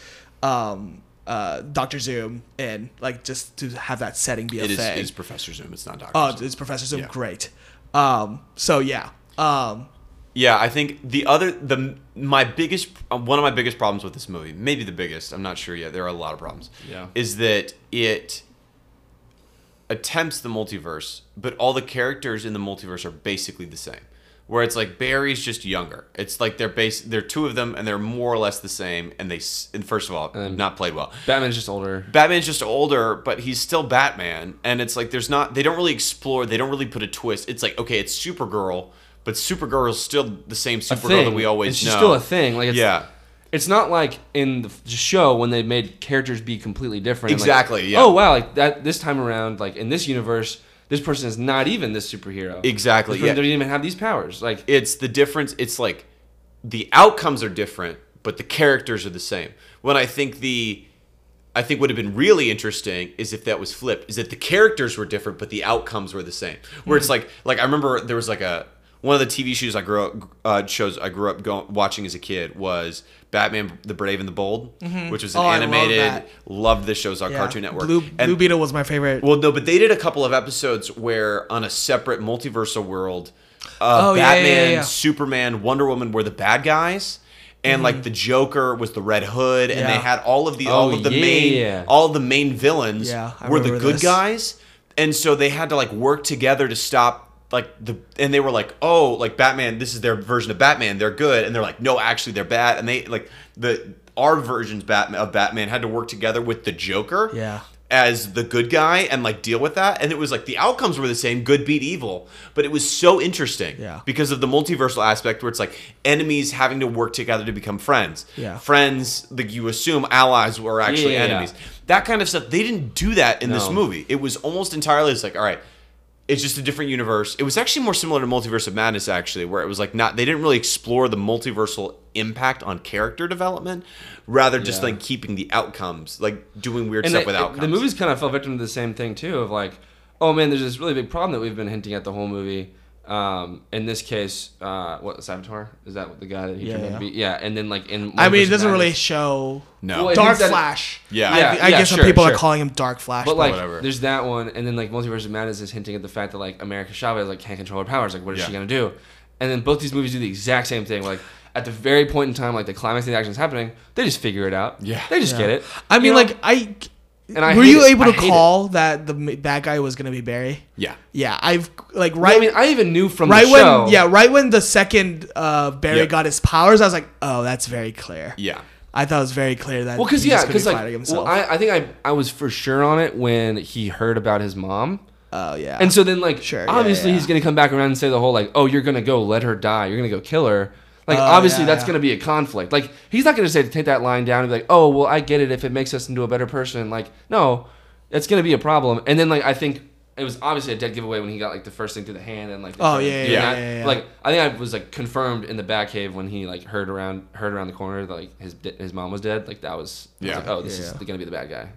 B: um, uh, Doctor Zoom and like just to have that setting be a
A: it is,
B: thing.
A: is Professor Zoom. It's not Doctor.
B: oh,
A: Zoom.
B: it's Professor Zoom,
A: Yeah.
B: great. Um, so yeah, um,
A: Yeah, I think the other the my biggest uh, one of my biggest problems with this movie, maybe the biggest, I'm not sure yet. There are a lot of problems.
C: Yeah.
A: Is that it attempts the multiverse, but all the characters in the multiverse are basically the same. Where it's like Barry's just younger. It's like they're base they're two of them and they're more or less the same and they s- and first of all, not played well.
C: Batman's just older.
A: Batman's just older, but he's still Batman, and it's like there's not they don't really explore, they don't really put a twist. It's like okay, it's Supergirl, but Supergirl's still the same
C: A
A: Supergirl that
C: thing.
A: we always
C: it's
A: know.
C: just still a thing. Like it's,
A: Yeah.
C: It's not like in the f- show when they made characters be completely different. and, like,
A: Exactly, yeah.
C: Oh wow! Like that. This time around, like in this universe, this person is not even this superhero.
A: Exactly,
C: This person
A: yeah.
C: Doesn't even have these powers. Like
A: It's the difference. It's like the outcomes are different, but the characters are the same. When I think the I think would have been really interesting is if that was flipped. Is that the characters were different, but the outcomes were the same. Where
B: Hmm.
A: it's like, like I remember there was like a one of the TV shows I grew up uh, shows I grew up go watching as a kid was Batman: The Brave and the Bold, which was an
B: Oh, I love
A: animated.
B: that.
A: Loved this shows on
B: yeah.
A: Cartoon Network.
B: Blue,
A: And-
B: Blue Beetle was my favorite.
A: well, no, but they did a couple of episodes where on a separate multiversal world, uh,
B: Oh, yeah, yeah,
A: Batman,
B: yeah, yeah.
A: Superman, Wonder Woman were the bad guys. And like the Joker was the Red Hood, and they
B: Mm-hmm. Yeah.
A: had all of the all
C: Oh,
A: of the
C: yeah.
A: main all the main villains
B: Yeah, I
A: were the
B: remember
A: good
B: this.
A: guys, and so they had to like work together to stop like the and they were like oh like Batman this is their version of Batman they're good and they're like no actually they're bad and they like the our versions Batman of Batman had to work together with the Joker
B: Yeah.
A: as the good guy and like deal with that. And it was like the outcomes were the same, good beat evil, but it was so interesting
B: Yeah.
A: because of the multiversal aspect where it's like enemies having to work together to become friends.
B: Yeah.
A: Friends, like you assume allies were actually
C: Yeah, yeah, yeah.
A: enemies. That kind of stuff. They didn't do that in this
C: No.
A: movie. It was almost entirely just like, all right, it's just a different universe. It was actually more similar to Multiverse of Madness, actually, where it was like not they didn't really explore the multiversal impact on character development, rather just
C: Yeah.
A: like keeping the outcomes, like doing weird
C: and
A: stuff
C: the,
A: with outcomes.
C: the movies kind of fell victim to the same thing too of like oh man there's this really big problem that we've been hinting at the whole movie um, in this case uh, what Savitar is that what the guy that he
B: Yeah,
C: turned out to be
B: yeah.
C: yeah and then like in
B: I mean,
C: Multiverse
B: it
C: of
B: doesn't really
C: Madness.
B: show.
A: No. Well, it
B: Dark
C: hints at it-
B: Flash.
A: Yeah.
B: I,
C: Yeah,
B: I
C: yeah,
B: guess some
C: sure,
B: people
C: sure.
B: are calling him Dark Flash.
C: but like
A: whatever.
C: there's that one and then like Multiverse of Madness is hinting at the fact that like America Chavez like can't control her powers like what is
A: Yeah.
C: she gonna do and then both these movies do the exact same thing like at the very point in time like the climax of the action is happening they just figure it out
A: Yeah.
C: they just get it
B: I
C: You
B: mean,
C: know?
B: like I.
C: And I
B: were
C: hate
B: you
C: it.
B: able
C: I
B: to
C: hate it.
B: call that the m- bad guy was gonna be Barry?
A: yeah.
B: Yeah, I've like
C: I
B: right.
C: mean I even knew from
B: right
C: the
B: when
C: show
B: yeah, right when the second uh, Barry
A: Yeah.
B: got his powers, I was like, oh, that's very clear.
A: Yeah.
B: I thought it was very clear that.
C: Well, because
B: he
C: yeah,
B: just couldn't
C: because like,
B: fight himself.
C: well, I, I think I I was for sure on it when he heard about his mom,
B: oh yeah.
C: and so then like,
B: Sure, yeah,
C: obviously
B: yeah,
C: he's gonna come back around and say the whole like, oh, you're gonna go let her die, you're gonna go kill her. Like
B: Oh,
C: obviously
B: yeah,
C: that's
B: yeah.
C: gonna be a conflict. Like he's not gonna say to take that line down and be like, oh well I get it if it makes us into a better person. Like no, it's gonna be a problem. And then like I think it was obviously a dead giveaway when he got like the first thing through the hand and like they
B: Oh,
C: started
B: yeah, yeah,
C: doing
A: yeah,
C: that.
B: yeah, yeah.
C: like I think I was like confirmed in the back cave when he like heard around heard around the corner that like his his mom was dead. Like that was, I was
A: Yeah.
C: like, oh this
B: Yeah,
C: is
B: yeah.
C: gonna be the bad guy.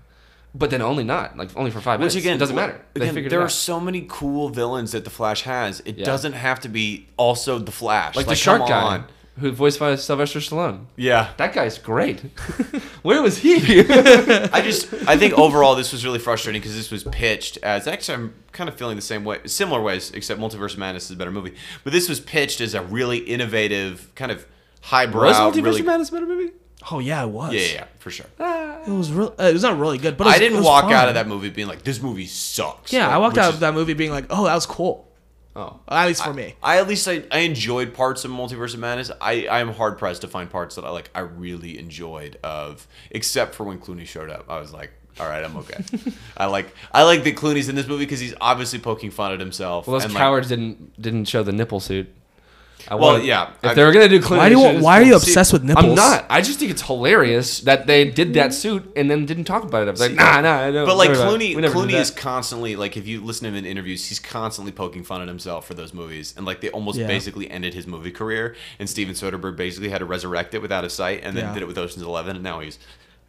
C: but then only not like only for five
A: Once
C: minutes.
A: again,
C: it doesn't matter. they
A: Again,
C: figured
A: there
C: it
A: are
C: out.
A: so many cool villains that the Flash has. It
C: Yeah.
A: doesn't have to be also the Flash.
C: like, the shark
A: come
C: guy
A: on.
C: who voiced by Sylvester Stallone.
A: Yeah,
C: That guy's great. Where was he?
A: I just I think overall this was really frustrating because this was pitched as actually I'm kind of feeling the same way, similar ways, except Multiverse of Madness is a better movie. But this was pitched as a really innovative kind of highbrow.
C: was Multiverse
A: really, Ah.
C: of Madness a better movie?
B: Oh yeah, it was.
A: Yeah, yeah, yeah, for sure.
B: It was real. Uh, it was not really good, but it was,
A: I didn't
B: it was
A: walk
B: fun.
A: out of that movie being like this movie sucks.
B: Yeah,
A: Like,
B: I walked
A: which
B: out
A: is-
B: of that movie being like, "Oh, that was cool."
C: Oh,
B: At least for me.
A: I at least I, I enjoyed parts of Multiverse of Madness. I I am hard pressed to find parts that I like. I really enjoyed of, except for when Clooney showed up. I was like, all right, I'm okay. I like I like that Clooney's in this movie because he's obviously poking fun at himself.
C: well, those
A: and, like,
C: cowards didn't didn't show the nipple suit. I
A: Well,
C: wanted-
A: yeah,
C: If
A: I-
C: they were gonna do Clooney,
B: Why do
C: they
B: you,
C: should've
B: Why are
C: just-
B: you obsessed with nipples?
C: I'm not. I just think it's hilarious that they did that suit and then didn't talk about it. I was like, nah, nah. No,
A: But like
C: never mind.
A: Clooney,
C: We never did
A: Clooney
C: that.
A: is constantly like if you listen to him in interviews, he's constantly poking fun at himself for those movies, and like they almost
B: Yeah.
A: basically ended his movie career, and Steven Soderbergh basically had to resurrect it without his sight, and then
B: Yeah.
A: did it with Ocean's Eleven, and now he's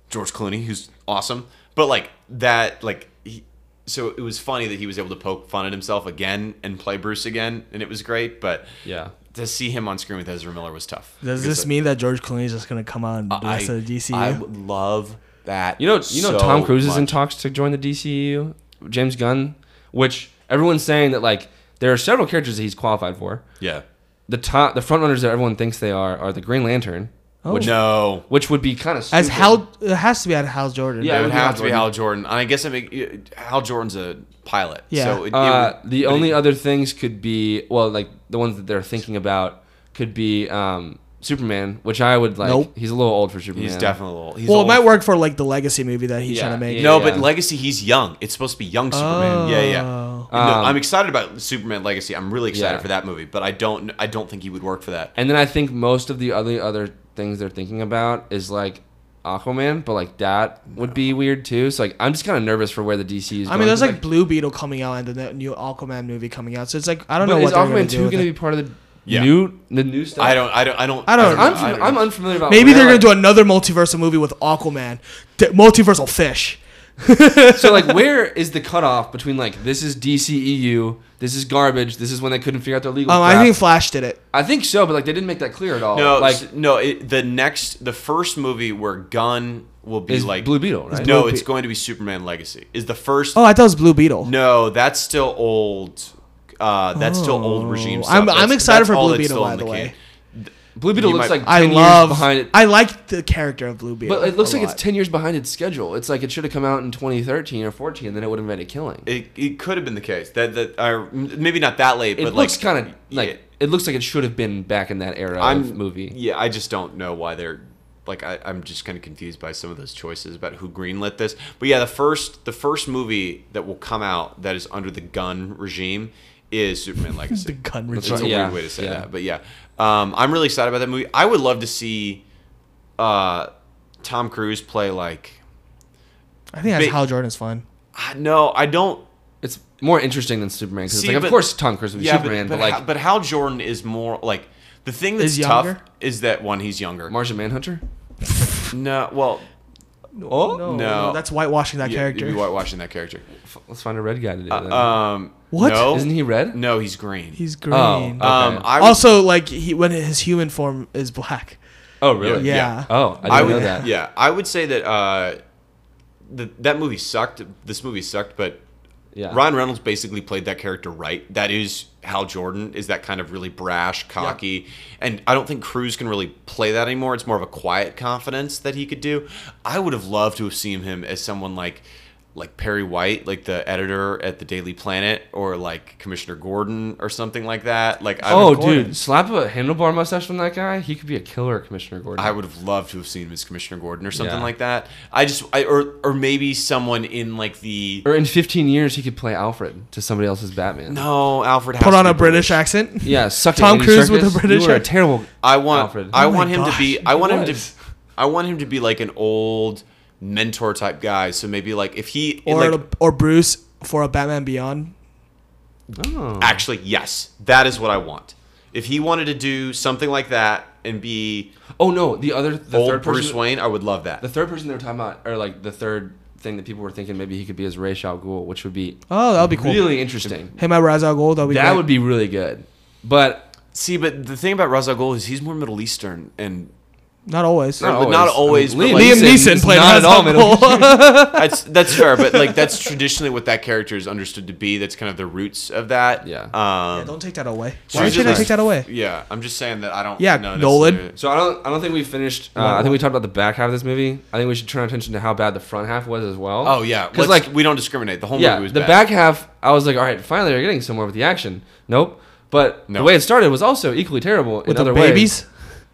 A: George Clooney, who's awesome. But like that, like he, so it was funny that he was able to poke fun at himself again and play Bruce again, and it was great. But
C: Yeah.
A: to see him on screen with Ezra Miller was tough.
B: Does
A: Because,
B: this
A: like,
B: mean that George Clooney is just gonna come out and bless
A: I,
B: the DCU?
A: I would love that.
C: You know, you know,
A: so
C: Tom Cruise is in
A: much.
C: talks to join the DCU. James Gunn, which everyone's saying that like there are several characters that he's qualified for.
A: Yeah.
C: The top, the front runners that everyone thinks they are are the Green Lantern, which,
A: No.
C: which would be kind of
B: Oh. As Hal, it has to be at Hal Jordan.
C: Yeah,
A: it would
C: would be
A: have
C: Hal
A: to be
C: Jordan.
A: Hal Jordan. And I guess I mean Hal Jordan's a pilot.
B: Yeah.
A: So it, it
C: Uh,
A: would-
C: the
A: but
C: only
A: it-
C: other things could be well, like the ones that they're thinking about could be um, Superman, which I would like.
B: Nope.
C: He's a little old for Superman.
A: he's definitely old. He's
B: Well, it
A: old.
B: might work for like the legacy movie that he's
C: Yeah,
B: trying to make.
C: yeah.
A: No, but Legacy, he's young. It's supposed to be young Superman. Yeah, yeah.
B: Oh.
A: No, I'm excited about Superman Legacy. I'm really excited
C: Yeah.
A: for that movie, but I don't. I don't think he would work for that.
C: And then I think most of the other other things they're thinking about is like Aquaman, but like that would be weird too. So like I'm just kind of nervous for where the DC is.
B: Ah. I mean,
C: going,
B: there's
C: 'cause,
B: like Blue Beetle coming out and the ne- new Aquaman movie coming out, so it's like I don't
C: but
B: know
C: is
B: what they're
C: Aquaman
B: gonna do.
C: two
B: with
C: going to
B: it.
C: be part of the
A: Yeah.
C: new the new stuff?
A: I don't. I don't. I don't.
B: I don't-
C: I'm,
A: know.
C: fam- I'm unfamiliar about.
B: Maybe
C: where,
B: they're gonna
C: like-
B: do another multiversal movie with Aquaman, D- multiversal fish.
C: so like where is the cutoff between like this is DCEU, this is garbage, this is when they couldn't figure out their legal
B: Um, I
C: crap.
B: think Flash did it.
C: I think so, but like they didn't make that clear at all.
A: No,
C: like
A: s- no. It, the next, the first movie where Gunn will be
C: Is
A: like
C: Blue Beetle, right?
A: No,
B: Blue
A: it's
B: Be-
A: going to be Superman Legacy. Is the first.
B: Oh, I thought it was Blue Beetle.
A: No, that's still old. Uh, that's still old regime.
B: Oh.
A: Stuff.
B: I'm-
A: That's-
B: I'm excited
A: that's
B: for
A: all
B: Blue
A: that's
B: Beetle,
A: still
B: by
A: in
B: the way.
A: can.
C: Blue Beetle
A: you
C: looks
A: might-
C: like
B: I
C: 10
B: love.
C: years behind it.
B: I like the character of Blue Beetle.
C: but it looks
B: a
C: like
B: lot.
C: it's ten years behind its schedule. It's like it should have come out in 2013 or 14, then it would have made a killing. It,
A: It, it could have been the case that that or m- maybe not that late, but like,
C: looks kind of like
A: yeah,
C: it looks like it should have been back in that era
A: I'm
C: of movie.
A: Yeah, I just don't know why they're like I, I'm just kind of confused by some of those choices about who greenlit this. But yeah, the first the first movie that will come out that is under the gun regime is Superman Legacy.
B: the gun
A: It's
B: regime.
A: a
C: Yeah,
A: weird way to say
C: yeah.
A: that, but yeah, um, I'm really excited about that movie. I would love to see uh, Tom Cruise play like
B: I think that's
A: Ba-
B: Hal Jordan's fun.
A: I- no, I don't.
C: It's more interesting than Superman because
A: See,
C: like
A: but-
C: of course Tom Cruise would be
A: Yeah,
C: Superman,
A: but,
C: but,
A: but,
C: like
A: Hal, but Hal Jordan is more like the thing that's
B: Is
A: tough
B: younger?
A: is that one he's younger.
C: Martian Manhunter.
A: no, well,
C: Oh,
B: No,
A: No.
B: no, that's whitewashing that
A: yeah,
B: character.
A: you'd be whitewashing that character.
C: F- let's find a red guy to do that.
A: Um,
B: What?
A: No,
C: Isn't he red?
A: No, he's green.
B: He's green.
C: Oh, uh,
A: um,
C: Okay.
A: I would,
B: also, like he when his human form is black.
C: oh, really?
B: Yeah.
C: Oh, I didn't
A: I would,
C: know that.
A: yeah, I would say that uh, the, that movie sucked. This movie sucked, but
C: Yeah.
A: Ryan Reynolds basically played that character right. That is Hal Jordan is that kind of really brash, cocky, and I don't think Cruz can really play that anymore. It's more of a quiet confidence that he could do. I would have loved to have seen him as someone like like Perry White, like the editor at the Daily Planet, or like Commissioner Gordon or something like that. Like I
C: Oh,
A: would-
C: dude, slap a handlebar mustache on that guy. He could be a killer, Commissioner Gordon.
A: I would have loved to have seen him as Commissioner Gordon or something
C: Yeah.
A: like that. I just I, or or maybe someone in like the
C: or in 15 years, he could play Alfred to somebody else's Batman.
A: no Alfred has
B: Put
A: to
B: on
A: be
B: a British accent.
C: Yeah, suck it,
B: Tom
C: Andy
B: Cruise with
C: Serkis.
B: a British
C: You were a
B: accent.
C: terrible.
A: I want
C: Alfred.
A: I
B: Oh my
A: want him to be
B: gosh,
A: I want him
C: was.
A: to I want him to be like an old mentor type guy. So maybe like if he
B: Or
A: like,
B: it'll- or Bruce for a Batman Beyond.
C: Oh.
A: actually yes, that is what I want. If he wanted to do something like that and be
C: Oh no, the other the
A: old
C: third person,
A: Bruce Wayne, I would love that.
C: the third person they were talking about, or like the third thing that people were thinking maybe he could be as Ra's al Ghul, which would be
B: Oh, that would be cool.
C: really interesting.
B: Him at Ra's al Ghul, that would be
C: That
B: great.
C: would be really good. But
A: See, but the thing about Ra's al Ghul is he's more Middle Eastern, and
B: not always.
A: No. But not always,
C: I mean,
A: but, like,
B: Liam
C: Neeson's
B: Neeson played
C: not
B: Ra's
C: at all
B: al
C: middle.
B: Ghul.
A: that's that's fair. But like that's traditionally what that character is understood to be. That's kind of the roots of that.
C: Yeah.
A: Um,
B: Yeah, don't take that away.
A: so
B: Why
A: it's
B: should I
A: just-
B: take that away?
A: Yeah, I'm just saying that I don't.
B: Yeah,
A: know
B: Nolan.
A: necessarily-
C: So I don't. I don't think we finished. Uh, I think we talked about the back half of this movie. I think we should turn our attention to how bad the front half was as well.
A: Oh yeah,
C: because
A: because
C: like
A: like we don't discriminate. The whole
C: yeah,
A: movie was
C: the
A: bad.
C: back half. I was like, all right, finally we're getting somewhere with the action. Nope. But the
A: No.
C: way it started was also equally terrible in
B: With
C: other
B: the babies?
C: ways.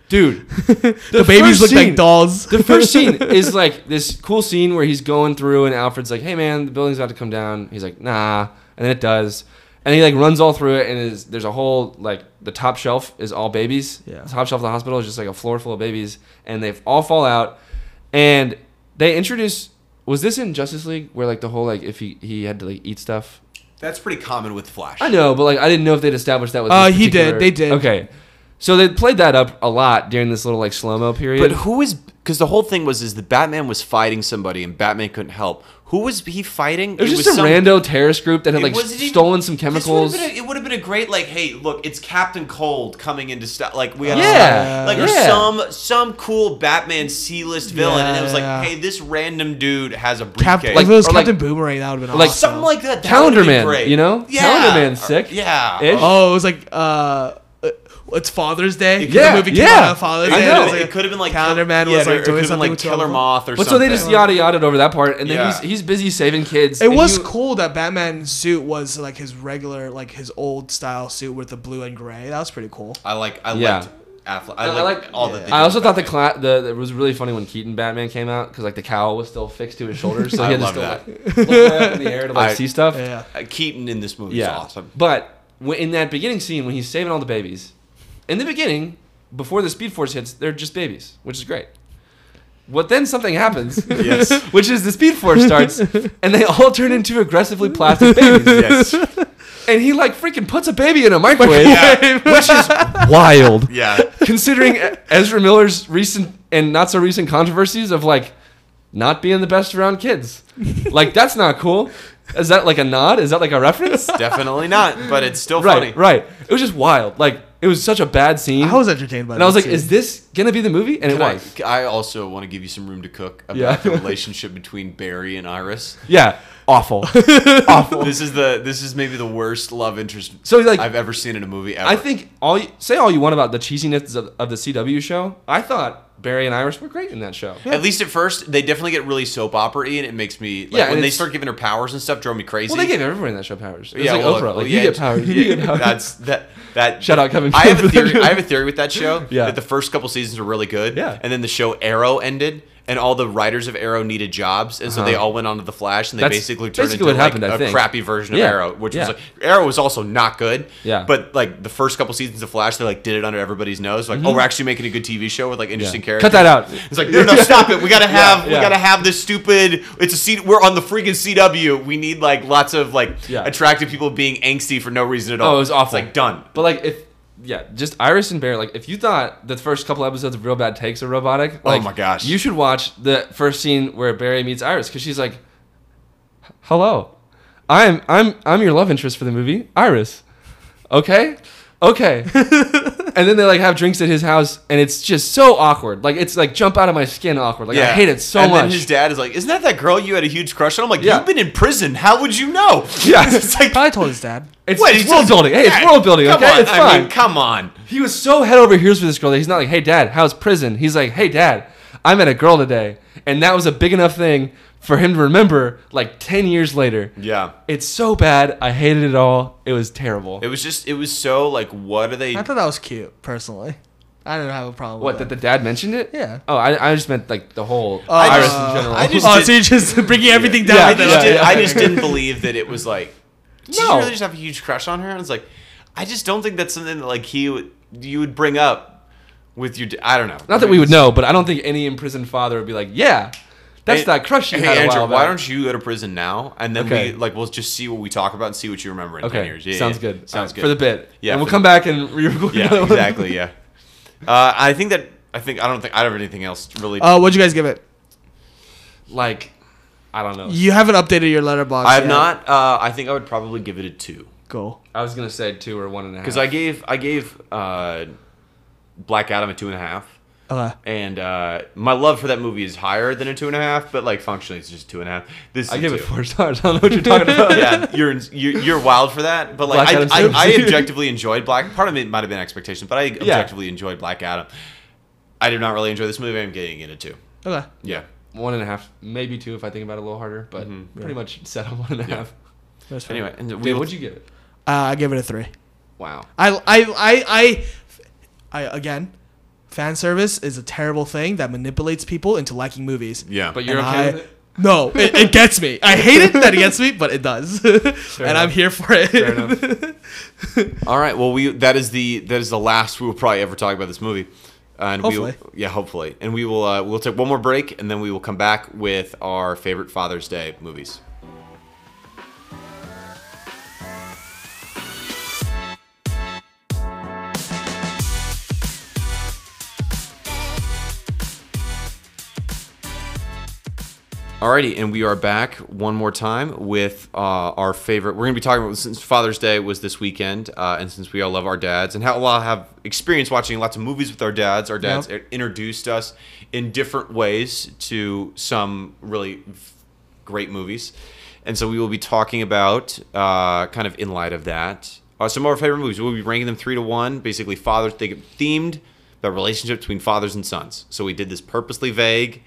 C: Dude, the,
B: The babies
C: first
B: look like
C: scene-
B: dolls.
C: The first scene is like this cool scene where he's going through and Alfred's like, "Hey man, the building's about to come down." He's like, "Nah," and then it does, and he like runs all through it and is there's a whole like the top shelf is all babies.
B: Yeah.
C: The top shelf of the hospital is just like a floor full of babies, and they all fall out, and they introduce. Was this in Justice League where like the whole like if he he had to like eat stuff?
A: That's pretty common with Flash.
C: I know, but like I didn't know if they'd established that was.
B: Uh,
C: this
B: he did.
C: particular-
B: They did.
C: Okay. So they played that up a lot during this little like slow mo period.
A: But who is? Because the whole thing was is the Batman was fighting somebody and Batman couldn't help. Who was he fighting?
C: It was just a
A: some-
C: rando terrorist group that had
A: it
C: like
A: wasn't even-
C: stolen some
A: this would've
C: chemicals.
A: been a- it would have been a great like, hey, look, it's Captain Cold coming into stuff. Like we had
C: Yeah,
A: like
C: yeah.
A: or some some cool Batman C list villain, and it was
B: Yeah.
A: like, hey, this random dude has a
B: Cap-
A: briefcase,
B: like, if it was
C: or like-
B: Captain Boomerang, that would have been
C: or like
B: awesome.
A: something like that. that
C: Calendar
A: would've been
C: Man,
A: great.
C: you know?
A: yeah,
C: Calendar Man's
A: Or-
C: sick.
A: yeah.
C: Ish.
B: Oh, it was like uh, uh, it's Father's Day.
C: Yeah,
B: the movie came
C: yeah.
B: out on Father's
A: It
C: I
B: Day.
C: know.
A: could've-
B: It was
A: It,
B: like
A: could have been like
B: Calendar Man
A: yeah,
B: was
A: or
B: like
A: it could
B: doing
A: have been
B: something
A: like
B: with
A: Killer
B: Tom.
A: Moth or
C: but so
A: something.
C: they just yada yada over that part, and then he's
A: Yeah.
C: he's busy saving kids.
B: It
C: and
B: was
C: you-
B: cool that Batman's suit was like his regular, like his old style suit with the blue and gray. That was pretty cool.
A: I like I
C: Yeah.
A: liked Affleck. I
C: And I
A: like
C: like-
A: all the.
C: I also
A: things about
C: thought the
A: Batman.
C: cla- the it was really funny when Keaton Batman came out because like the cowl was still fixed to his shoulders, so
A: I
C: he had to
A: love
C: still
A: that.
C: like, look way up in the air to like
A: I-
C: see stuff.
B: Yeah.
A: Uh, Keaton in this movie
C: Yeah.
A: is awesome.
C: But when, in that beginning scene when he's saving all the babies, in the beginning, before the Speed Force hits, they're just babies, which is great. But then something happens,
A: Yes.
C: which is the Speed Force starts, and they all turn into aggressively plastic babies.
A: yes.
C: And he like freaking puts a baby in a microwave,
A: Yeah.
C: which is wild,
A: Yeah.
C: considering E-, Ezra Miller's recent and not so recent controversies of like not being the best around kids. Like that's not cool. Is that like a nod? Is that like a reference?
A: Definitely not, but it's still
C: right,
A: funny.
C: right. It was just wild. Like it was such a bad scene.
B: I was entertained by
C: and I was
B: that
C: like,
B: scene.
C: "Is this gonna be the movie?" And it
A: Can I,
C: was.
A: I also want to give you some room to cook about
C: Yeah.
A: the relationship between Barry and Iris.
C: Yeah, awful.
A: This is the this is maybe the worst love interest
C: Oh. So, like-
A: I've ever seen in a movie ever.
C: I think all you, say all you want about the cheesiness of, of the CW show. I thought Barry and Iris were great in that show.
A: at least at first they definitely get really soap opera y and it makes me like
C: Yeah, and
A: when they
C: it's-
A: start giving her powers and stuff drove me crazy.
C: Well, they gave everyone in that show powers. It was
A: Yeah,
C: like
A: well,
C: Oprah.
A: well,
C: Like
A: yeah,
C: you get powers. You
A: yeah,
C: get powers.
A: That's that that
C: Shout out Kevin
A: I have a
C: Feige.
A: theory I have a theory with that show
C: Yeah.
A: that the first couple seasons were really good
C: Yeah.
A: and then the show Arrow ended and all the writers of Arrow needed jobs and so they all went onto the Flash and they
C: Uh-huh. That's
A: basically turned
C: basically
A: into
C: what
A: like,
C: happened, I
A: a
C: think.
A: crappy version
C: Yeah.
A: of Arrow which
C: Yeah.
A: was like Arrow was also not good
C: Yeah.
A: but like the first couple seasons of Flash they like did it under everybody's nose like oh we're actually making a good TV show with like interesting characters
C: Mm-hmm. Cut that out.
A: it's like no no stop it we gotta have we
C: yeah.
A: gotta have this stupid it's a C we're on the freaking CW we need like lots of like
C: Yeah.
A: attractive people being angsty for no reason at all
C: Oh, it was awful.
A: it's like done.
C: But like if yeah, just Iris and Barry. Like if you thought the first couple episodes of Real Bad Takes are robotic,
A: Oh
C: like,
A: my gosh.
C: you should watch the first scene where Barry meets Iris because she's like, "Hello, I'm I'm I'm your love interest for the movie, Iris." Okay, okay. and then they like have drinks at his house, and it's just so awkward. Like it's like jump out of my skin awkward. Like I hate it so
A: and
C: much.
A: then his dad is like, "Isn't that that girl you had a huge crush on?" I'm like,
C: Yeah.
A: "You've been in prison. How would you know?"
C: Yeah.
A: it's like,
B: Probably told his dad.
C: it's,
A: what,
C: it's
A: he
C: world
A: just-
C: building. Hey, it's
A: yeah,
C: world building.
A: come
C: Okay,
A: on.
C: it's
A: I
C: fine.
A: mean, come on.
C: He was so head over heels for this girl that he's not like, hey, dad, how's prison? He's like, hey, dad, I met a girl today. And that was a big enough thing for him to remember like 10 years later.
A: Yeah,
C: It's so bad. I hated it all. It was terrible.
A: it was just, it was so like, what are they?
B: I thought that was cute, personally. I didn't have a problem
C: what,
B: with
C: that
B: that.
C: the dad mentioned it?
B: Yeah.
C: Oh, I, I just meant like the whole
A: Uh, I
C: Iris
A: just-
C: in general.
A: I just
B: oh,
A: did-
B: so you're just bringing everything down.
C: Yeah,
A: I
B: with it.
A: just,
C: yeah,
A: did,
C: yeah.
A: I just didn't believe that it was like, did
C: No.
A: you really just have a huge crush on her? And it's like, I just don't think that's something that like he would, you would bring up with your. d- I don't know.
C: not that we would know, but I don't think any imprisoned father would be like, yeah, that's
A: Hey-
C: that crush you
A: hey,
C: had a
A: Andrew,
C: while
A: why
C: back."
A: don't you go to prison now, and then
C: Okay.
A: we like we'll just see what we talk about and see what you remember in ten
C: Okay,
A: years. Yeah,
C: sounds
A: yeah.
C: good.
A: Sounds
C: Alright,
A: good
C: for the bit.
A: Yeah,
C: and we'll
A: for
C: come back and re-record. another
A: Yeah,
C: one.
A: exactly. Yeah. Uh, I think
C: Oh,
A: that I think I don't think I don't have anything else really.
B: Uh, what'd you guys give it?
C: like I don't know.
B: You haven't updated your letterbox.
A: I have
B: yet.
A: not. Uh, I think I would probably give it a two
B: Go.
C: I was gonna say two or one and a half.
A: because I gave I gave uh, Black Adam a two and a half,
B: Okay.
A: and uh, my love for that movie is higher than a two and a half, but like functionally it's just two and a half. This is
C: I
A: a
C: give it
A: two.
C: four stars. I don't know what you're talking about.
A: yeah, you're, you're you're wild for that, but like
C: Black
A: I,
C: Adam's so
A: I, I
C: cute.
A: objectively enjoyed Black. Part of it might have been expectation, but I objectively enjoyed Black Adam. I did not really enjoy this movie. I'm getting it a two.
B: Okay.
A: Yeah,
C: One and a half, maybe two if I think about it a little harder, but pretty much set on one and a half.
B: That's fine.
A: Anyway, and we
C: Dude,
A: would
C: what'd
A: you
C: you give it?
B: Uh, I give it a three.
C: Wow.
B: I, I, I, I, I, again, fan service is a terrible thing that manipulates people into liking movies.
A: yeah,
C: But
A: but
C: you're
B: And
C: okay
B: I-
C: with it?
B: No, it, it gets me. I hate it that it gets me, but it does, and I'm
C: enough.
B: here for it.
C: Fair enough.
A: all right. Well, we that is the that is the last we will probably ever talk about this movie. Uh, And we will,
B: Hopefully.
A: yeah, hopefully. And we will uh, we'll take one more break and then we will come back with our favorite Father's Day movies. Alrighty, and we are back one more time with uh, our favorite. We're going to be talking about since Father's Day was this weekend, uh, and since we all love our dads and how a lot have experience watching lots of movies with our dads. Our dads
B: Yep.
A: introduced us in different ways to some really f- great movies, and so we will be talking about uh, kind of in light of that uh, some of our favorite movies. We'll be ranking them three to one, basically fathers. They get themed the relationship between fathers and sons. So we did this purposely vague.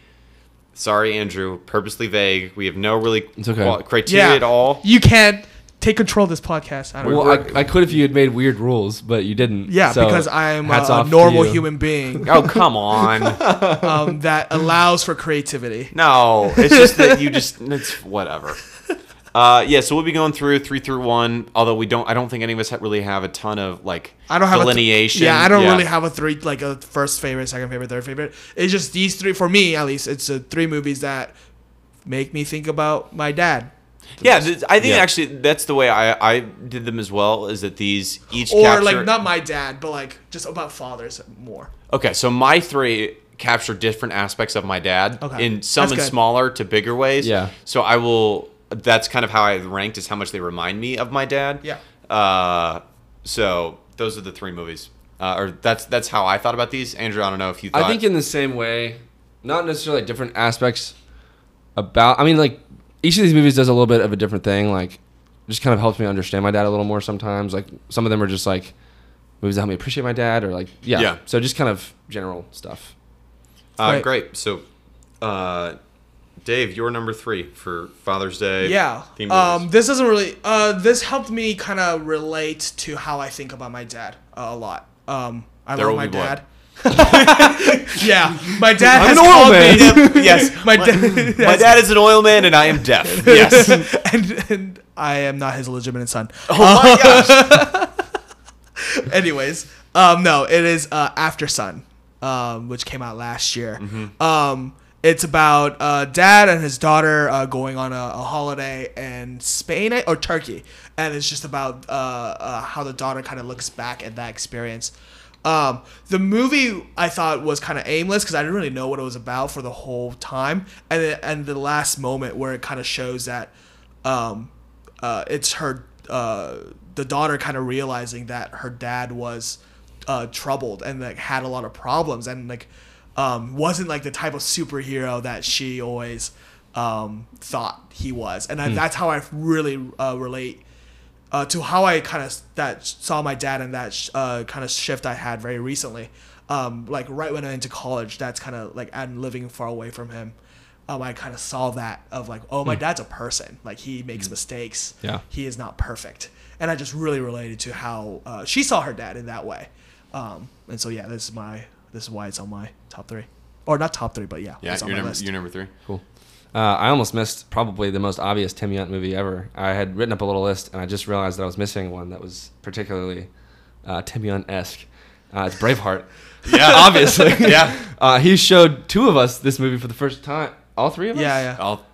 A: Sorry, Andrew. Purposely vague. We have no really
C: okay.
A: qual- criteria at all.
B: You can't take control of this podcast. I don't
C: Well,
B: know.
C: I, I could if you had made weird rules, but you didn't.
B: Yeah,
C: so
B: because I am
C: hats
B: a,
C: off to
B: normal
C: you.
B: human being
A: Oh come on!
B: um, that allows for creativity.
A: No, it's just that you just it's whatever. Uh, yeah, so we'll be going through three through one. Although we don't, I don't think any of us ha- really have a ton of like
B: I don't have
A: delineation.
B: A th- yeah, I don't really have a three like a first favorite, second favorite, third favorite. It's just these three for me at least. It's uh, three movies that make me think about my dad.
A: Yeah, th- I think
C: Yeah.
A: actually that's the way I, I did them as well. Is that these each
B: Or
A: capture,
B: like not my dad, but like just about fathers more.
A: Okay, so my three capture different aspects of my dad
B: Okay.
A: in some
B: That's
A: in
B: good.
A: smaller to bigger ways.
C: Yeah.
A: So I will. That's kind of how I ranked is how much they remind me of my dad.
B: Yeah.
A: Uh, so those are the three movies, uh, or that's that's how I thought about these. Andrew, I don't know if you. Thought,
C: I think in the same way, not necessarily different aspects about. I mean, like each of these movies does a little bit of a different thing. Like, just kind of helps me understand my dad a little more sometimes. Like some of them are just like movies that help me appreciate my dad, or like yeah.
A: Yeah.
C: So just kind of general stuff.
A: uh,
B: Right.
A: great. So, uh, Dave, your number three for Father's Day.
B: Yeah.
A: Theme
B: Um,
A: movies.
B: this doesn't really. Uh, this helped me kind of relate to how I think about my dad uh, a lot. Um, I
A: There
B: love
A: will
B: my
A: be blood.
B: dad. yeah, my dad
C: I'm
B: has
C: an oil
B: called
C: man.
B: me.
A: Yes.
B: my dad.
A: my dad is an oil man, and I am deaf. Yes. oh
B: and, and I am not his legitimate son.
A: my gosh.
B: Anyways, um, no, it is uh, After Sun, um, which came out last year. Um, it's about uh, dad and his daughter uh, going on a, a holiday in Spain I- or Turkey, and it's just about uh, uh, how the daughter kind of looks back at that experience. Um, the movie I thought was kind of aimless because I didn't really know what it was about for the whole time, and then- and the last moment where it kind of shows that um, uh, it's her uh, the daughter kind of realizing that her dad was uh, troubled and like had a lot of problems and like um, wasn't like the type of superhero that she always um, thought he was and I, that's how I really uh, relate uh, to how I kind of that saw my dad and that sh- uh, kind of shift I had very recently. Um, like right when I went into college, that's kind of like I'm living far away from him. Um, I kind of saw that of like, oh,
A: Hmm.
B: my dad's a person. Like he makes mistakes.
C: Yeah.
B: he is not perfect, and I just really related to how uh, she saw her dad in that way. Um, and so yeah, this is my this is why it's on my top three, or not top three, but yeah,
A: Yeah,
B: it's on
A: you're
B: my
A: number,
B: list.
A: you're number three.
C: Cool. Uh, I almost missed probably the most obvious Tim Yunt movie ever. I had written up a little list, and I just realized that I was missing one that was particularly uh, Tim Yunt esque. Uh, it's Braveheart.
A: Yeah,
C: obviously.
A: Yeah.
C: Uh, he showed two of us this movie for the first time. All three of us.
B: yeah, yeah.
A: I'll,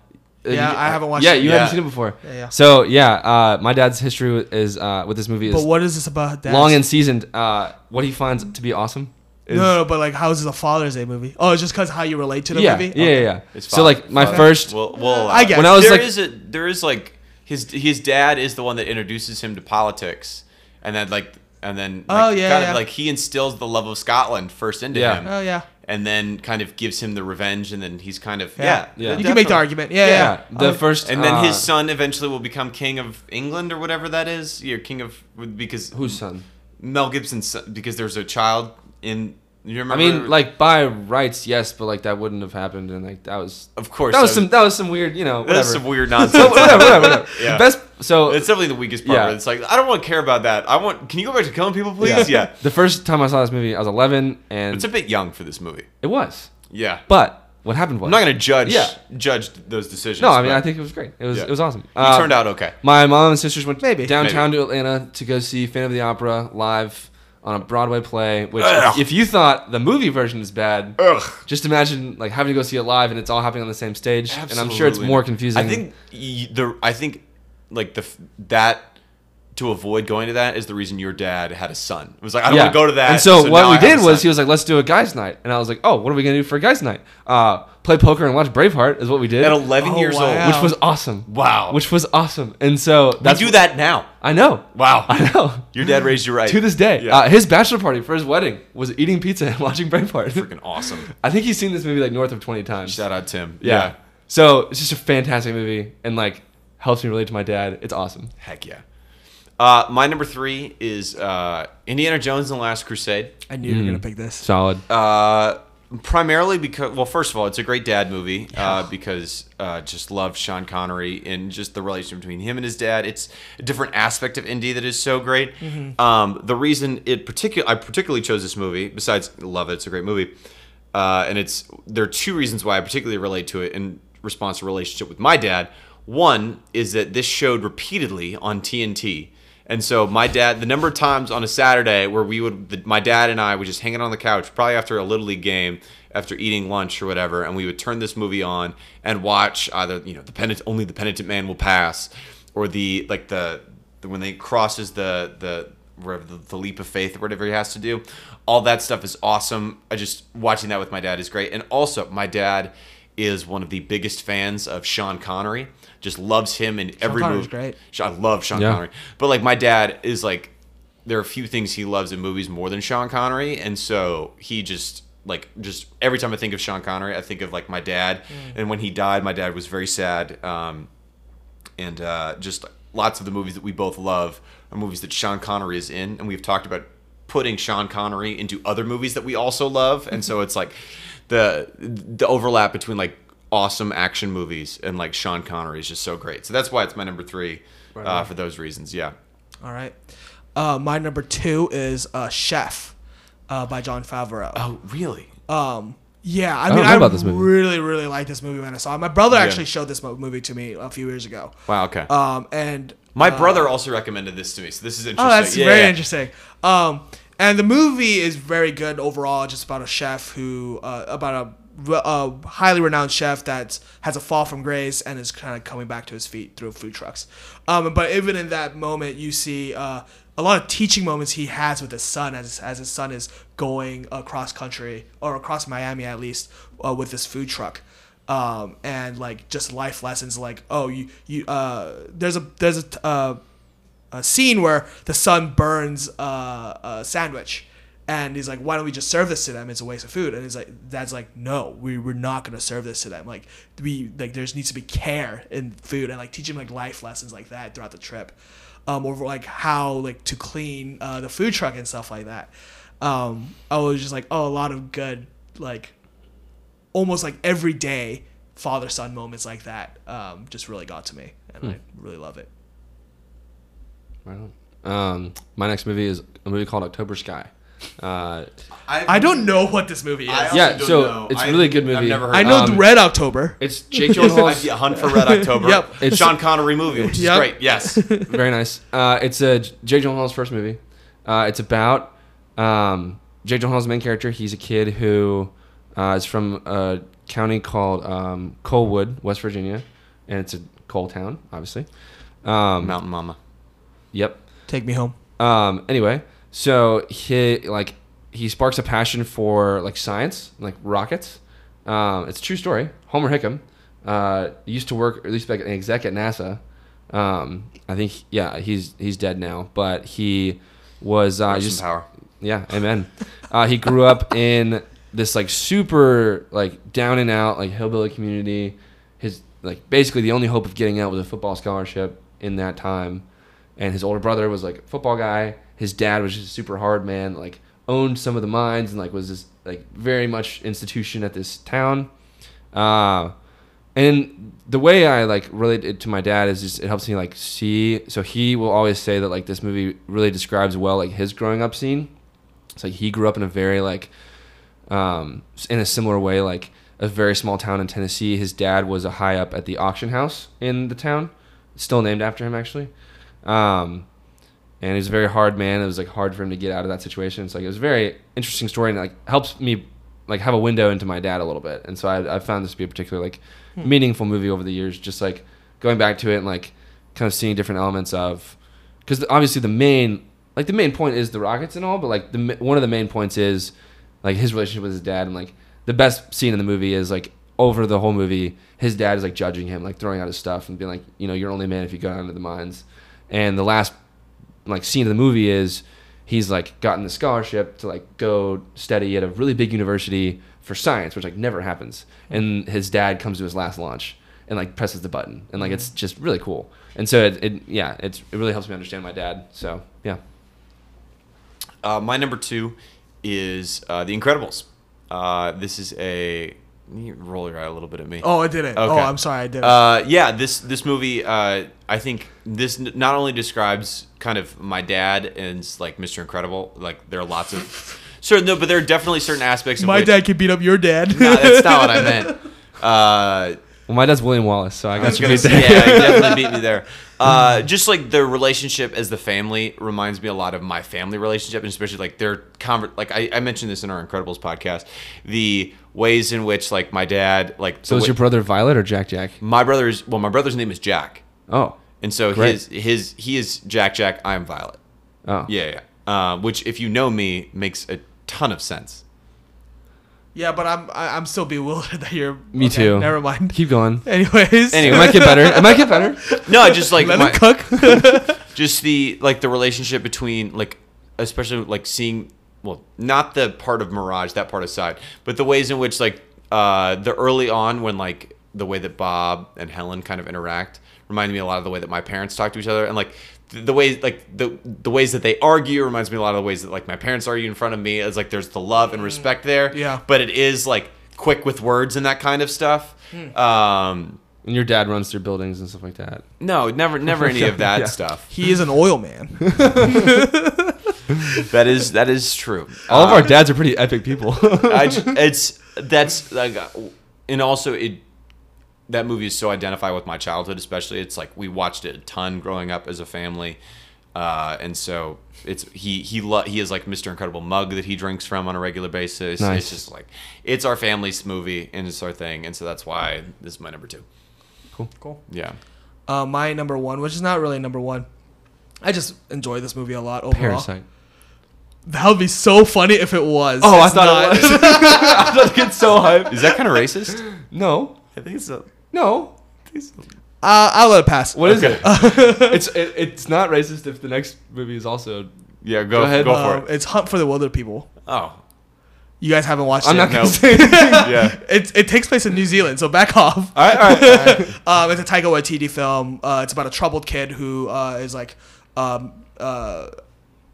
C: Uh,
B: Yeah,
C: you-
B: I haven't watched
C: Yeah,
B: it.
C: you
A: Yeah.
C: haven't seen it before.
B: Yeah, yeah.
C: So yeah, uh, my dad's history wi- is uh, with this movie is
B: But what is this about? Dad?
C: long and seasoned. Uh, what he finds to be awesome.
F: Is,
B: no, no, but like, how is this a Father's Day movie? Oh, it's just because how you relate to the
C: yeah,
B: movie.
C: yeah, yeah, yeah.
F: It's
C: so
F: fine.
C: like my
F: Fine.
C: first,
A: Well, well,
B: I guess.
C: when I was
A: there
C: like,
A: is a there is like his his dad is the one that introduces him to politics, and then like and then like,
B: Oh, yeah,
A: kind
B: yeah.
A: of like he instills the love of Scotland first into
C: Yeah.
A: him.
B: Oh yeah.
A: and then kind of gives him the revenge, and then he's kind of
B: Yeah.
A: yeah.
C: Yeah.
B: You can make the argument. Yeah, yeah. Um, Oh,
C: yeah, the first,
A: And then
C: uh,
A: his son eventually will become king of England or whatever that is. You're king of because
C: whose son?
A: Mel Gibson's son, because there's a child in. You
C: I
A: remember?
C: mean, like by rights, yes, but like that wouldn't have happened, and like that was
A: of course,
C: that was some that was some weird, you know, whatever.
A: that's some weird
C: So,
A: nonsense.
C: whatever, whatever, whatever.
A: Yeah.
C: Best. So
A: It's definitely the weakest part.
C: Yeah.
A: Where it's like I don't want to care about that. I want. Can you go back to killing people, please? Yeah.
C: The first time I saw this movie, I was 11, and
A: It's a bit young for this movie.
C: it was.
A: Yeah.
C: But what happened was
A: I'm not gonna judge
C: Yeah.
A: judge those decisions.
C: No, I mean
A: but
C: I think uh, it was great. It was
A: Yeah.
C: it was awesome.
A: you turned out okay.
C: My mom and sisters went
B: Maybe.
C: downtown
A: Maybe.
C: to Atlanta to go see Fan of the Opera live on a Broadway play. Which, if, if you thought the movie version is bad,
A: Ugh.
C: just imagine like having to go see it live and it's all happening on the same stage. And I'm sure it's
A: Absolutely.
C: more confusing.
A: I think y- the I think like the f- that to avoid going to that is the reason your dad had a son. It was like I don't want to go to that.
C: And so,
A: now
C: what
A: I
C: we
A: have a
C: did was
A: son.
C: he was like, "Let's do a guys' night," and I was like, "Oh, what are we gonna do for guys' night? Uh, play poker and watch Braveheart is what we did."
A: at 11
B: Oh,
A: years
B: wow.
A: old.
C: which was awesome.
A: Wow.
C: Which was awesome. And so
A: We
C: that's
A: do that now.
C: I know.
A: Wow.
C: I know.
A: Your dad raised you right.
C: To this day,
A: Yeah.
C: uh, his bachelor party for his wedding was eating pizza and watching Braveheart.
A: Freaking awesome.
C: I think he's seen this movie like north of twenty times.
A: Shout out Tim.
C: Yeah. So it's just a fantastic movie and like helps me relate to my dad. It's awesome.
A: Heck yeah. Uh, my number three is uh, Indiana Jones and the Last Crusade.
B: I knew you were gonna
C: Mm.
B: pick this.
C: Solid.
A: Uh, primarily because, well, first of all, it's a great dad movie uh, because uh, just love Sean Connery and just the relation between him and his dad. It's a different aspect of Indy that is so great. Um, the reason it particular I particularly chose this movie, besides love it, it's a great movie, uh, and it's there are two reasons why I particularly relate to it in response to relationship with my dad. One is that this showed repeatedly on TNT. And so my dad, the number of times on a Saturday where we would, the, my dad and I would just hang out on the couch, probably after a little league game, after eating lunch or whatever, and we would turn this movie on and watch either you know the penitent, only the penitent man will pass, or the like the, the when they crosses the the whatever the, the leap of faith or whatever he has to do, all that stuff is awesome. I just watching that with my dad is great, and also my dad is one of the biggest fans of Sean Connery. Just loves him in every
B: Connery's
A: movie.
B: great.
A: I love Sean
C: Yeah.
A: Connery. But like my dad is like there are a few things he loves in movies more than Sean Connery, and so he just like just every time I think of Sean Connery, I think of like my dad. And when he died, my dad was very sad. Um, and uh, just lots of the movies that we both love are movies that Sean Connery is in, and we've talked about putting Sean Connery into other movies that we also love, and so it's like the the overlap between like awesome action movies and like Sean Connery is just so great. So that's why it's my number three uh, for those reasons. Yeah,
B: All right. Uh, my number two is uh, Chef uh, by John Favreau. Oh,
A: really?
B: Um, yeah, I
C: don't
B: mean,
C: know
B: I,
C: about this movie.
B: really, really liked this movie when I saw it. My brother actually showed this mo- movie to me a few years ago.
A: Wow. Okay.
B: Um, and
A: my brother also recommended this to me, so this is interesting.
B: oh, that's
A: Yeah,
B: very
A: yeah.
B: interesting. Um, and the movie is very good overall, just about a chef who, uh, about a, re- a highly renowned chef that has a fall from grace and is kind of coming back to his feet through food trucks. Um, but even in that moment, you see uh, a lot of teaching moments he has with his son as, as his son is going across country or across Miami at least uh, with this food truck um, and like just life lessons like oh you you uh, there's a there's a t- uh, a scene where the son burns uh, a sandwich and he's like why don't we just serve this to them it's a waste of food and he's like dad's like no we, we're not going to serve this to them like we like there's needs to be care in food and like teach him like life lessons like that throughout the trip um over like how like to clean uh, the food truck and stuff like that um i was just like oh a lot of good like almost like every day father son moments like that um just really got to me and i really love it
C: Um, my next movie is a movie called October Sky. Uh,
B: I don't know what this movie is.
A: I
B: I,
A: also
C: Yeah,
A: don't
C: so
A: know.
C: it's a
A: I-
C: really good
A: I've
C: movie.
A: never heard
B: know
A: of
B: the
C: um,
B: Red October.
C: it's Jake Gyllenhaal's
A: it. Hunt for Red October.
B: Yep.
A: It's Sean Connery movie, which is
B: Yep.
A: great. Yes.
C: Very nice. Uh, it's a Jake Gyllenhaal's first movie. Uh, it's about um, Jake Gyllenhaal's main character. He's a kid who uh, is from a county called um, Colwood, West Virginia, and it's a coal town, obviously. Um,
A: Mountain Mama.
C: Yep.
B: Take me home.
C: Um, anyway, so he like he sparks a passion for like science, like rockets. Um, it's a true story. Homer Hickam uh, used to work, or at least like an exec at NASA. Um, I think, yeah, he's he's dead now, but he was uh,
A: Rest in
C: just
A: power.
C: yeah, amen. uh, he grew up in this like super like down and out like hillbilly community. His like basically the only hope of getting out was a football scholarship in that time, and his older brother was like a football guy. His dad was just a super hard man, like owned some of the mines and like was this like very much institution at this town. Uh, and the way I like relate it to my dad is just it helps me like see. So he will always say that like this movie really describes well like his growing up scene. It's like he grew up in a very like um, s- in a similar way, like a very small town in Tennessee. His dad was a high up at the auction house in the town, still named after him actually. Um, and he was a very hard man. It was like hard for him to get out of that situation. It's like it was a very interesting story, and like helps me like have a window into my dad a little bit. And so I, I found this to be a particularly like meaningful movie over the years. Just like going back to it and like kind of seeing different elements of because obviously the main like the main point is the rockets and all, but like the ma- one of the main points is like his relationship with his dad and like the best scene in the movie is like over the whole movie his dad is like judging him like throwing out his stuff and being like you know you're only a man if you go down to the mines and the last like scene of the movie is he's like gotten the scholarship to like go study at a really big university for science which like never happens and his dad comes to his last lunch and like presses the button and like it's just really cool and so it, it yeah it's, it really helps me understand my dad so yeah
A: Uh, my number two is uh, The Incredibles. Uh, this is a you roll your eye a little bit at me.
B: Oh, I didn't. Oh,
A: Okay.
B: I'm sorry, I didn't.
A: Uh, yeah, this this movie, uh, I think this n- not only describes kind of my dad and like Mr. Incredible, like there are lots of certain no, but there are definitely certain aspects. Of
B: My
A: which,
B: dad could beat up your dad.
A: No, that's not what I meant. Uh,
C: well my dad's william wallace so i
A: I was
C: got you
A: gonna
C: beat
A: say,
C: there.
A: yeah, you definitely beat me there. Uh, just like the relationship as the family reminds me a lot of my family relationship, and especially like their conver- Like I, I mentioned this in our Incredibles podcast, the ways in which like my dad, like
C: so
A: the
C: is
A: wa-
C: your brother violet or jack jack
A: my brother's well, my brother's name is Jack,
C: oh
A: and so
C: Great.
A: his his he is Jack Jack. I'm Violet.
C: oh
A: Yeah, yeah. Uh, which if you know me makes a ton of sense.
B: yeah, but I'm I, I'm still bewildered that you're.
C: me
B: okay,
C: too
B: Never mind.
C: keep going
B: Anyways.
C: it might get better it might get better
A: No, just like
B: Let
A: my,
B: him cook.
A: just the like the relationship between like especially like seeing well not the part of mirage that part aside but the ways in which like uh the early on when like the way that bob and helen kind of interact reminded me a lot of the way that my parents talk to each other and like the, the way like the the ways that they argue reminds me a lot of the ways that like my parents argue in front of me it's like there's the love and respect
C: Mm.
A: there
B: Yeah.
A: but it is like quick with words and that kind of stuff um
C: and your dad runs through buildings and stuff like that
A: no never never any of that stuff
B: he is an oil man.
A: that is that is true
C: All of our dads are pretty epic people.
A: I j- it's that's like, uh, and also it that movie is so identified with my childhood, especially. It's like we watched it a ton growing up as a family, uh, and so it's he he lo- he has like Mr. Incredible mug that he drinks from on a regular basis.
C: Nice.
A: It's just like it's our family's movie and it's our thing, and so that's why this is my number two.
B: cool.
A: Yeah,
B: Uh, my number one, which is not really number one. I just enjoy this movie a lot overall.
C: Parasite. Oh,
B: That would be so funny if it was. It's not. Uh,
C: it was. I thought it's so hype.
A: is that kind of racist?
C: No,
A: I think so.
C: no.
B: Uh, I'll let it pass.
C: What is it? It's it, it's not racist if the next movie is also.
A: Yeah, go,
C: Go
A: go
C: ahead.
A: Go
B: Um,
A: for it.
B: it's Hunt for the Wilder People.
A: Oh,
B: You guys haven't watched
C: I'm
B: it.
C: not gonna
A: no.
C: say. Anything.
A: Oh, yeah.
B: It, it takes place in New Zealand, so back off.
C: all right, all right. all right.
B: Um, it's a Taika Waititi film. Uh, it's about a troubled kid who uh, is like, um, uh,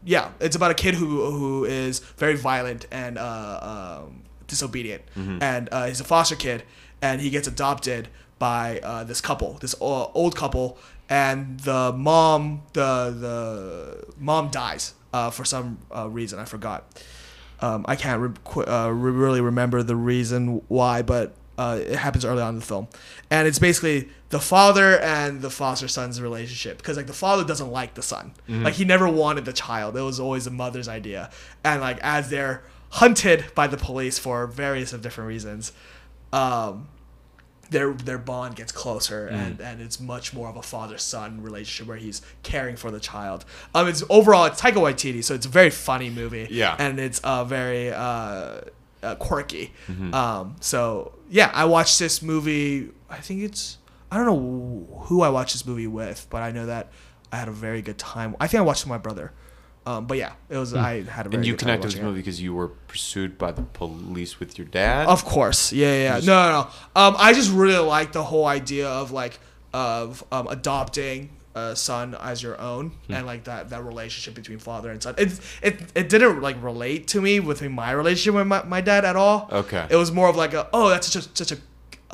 B: yeah, it's about a kid who who is very violent and uh, um, disobedient,
C: Mm-hmm.
B: and uh, he's a foster kid, and he gets adopted by uh, this couple, this uh, old couple, and the mom, the the mom dies uh, for some uh, reason I forgot. Um, I can't re- qu- uh, re- really remember the reason why, but uh, it happens early on in the film, and it's basically the father and the foster son's relationship because like the father doesn't like the son, like he never wanted the child. It was always the mother's idea, and like as they're hunted by the police for various of different reasons, um, their their bond gets
A: Mm.
B: closer and, and it's much more of a father son relationship where he's caring for the child. Um, it's overall it's Taika Waititi, so it's a very funny movie.
A: Yeah.
B: and it's uh very uh, uh quirky.
A: Mm-hmm.
B: Um, so yeah, I watched this movie. I think it's I don't know who I watched this movie with, but I know that I had a very good time. I think I watched it with my brother. Um, but yeah, it was I had a very
A: Hmm. And you
B: good time
A: connect with
B: watching
A: this
B: it.
A: movie because you were pursued by the police with your dad.
B: Of course, yeah, yeah, yeah. No, no, no. Um, I just really like the whole idea of like of um, adopting a son as your own
A: Hmm.
B: and like that that relationship between father and son. It it it didn't like relate to me with my relationship with my, my dad at all.
A: Okay.
B: It was more of like a oh that's such a, such a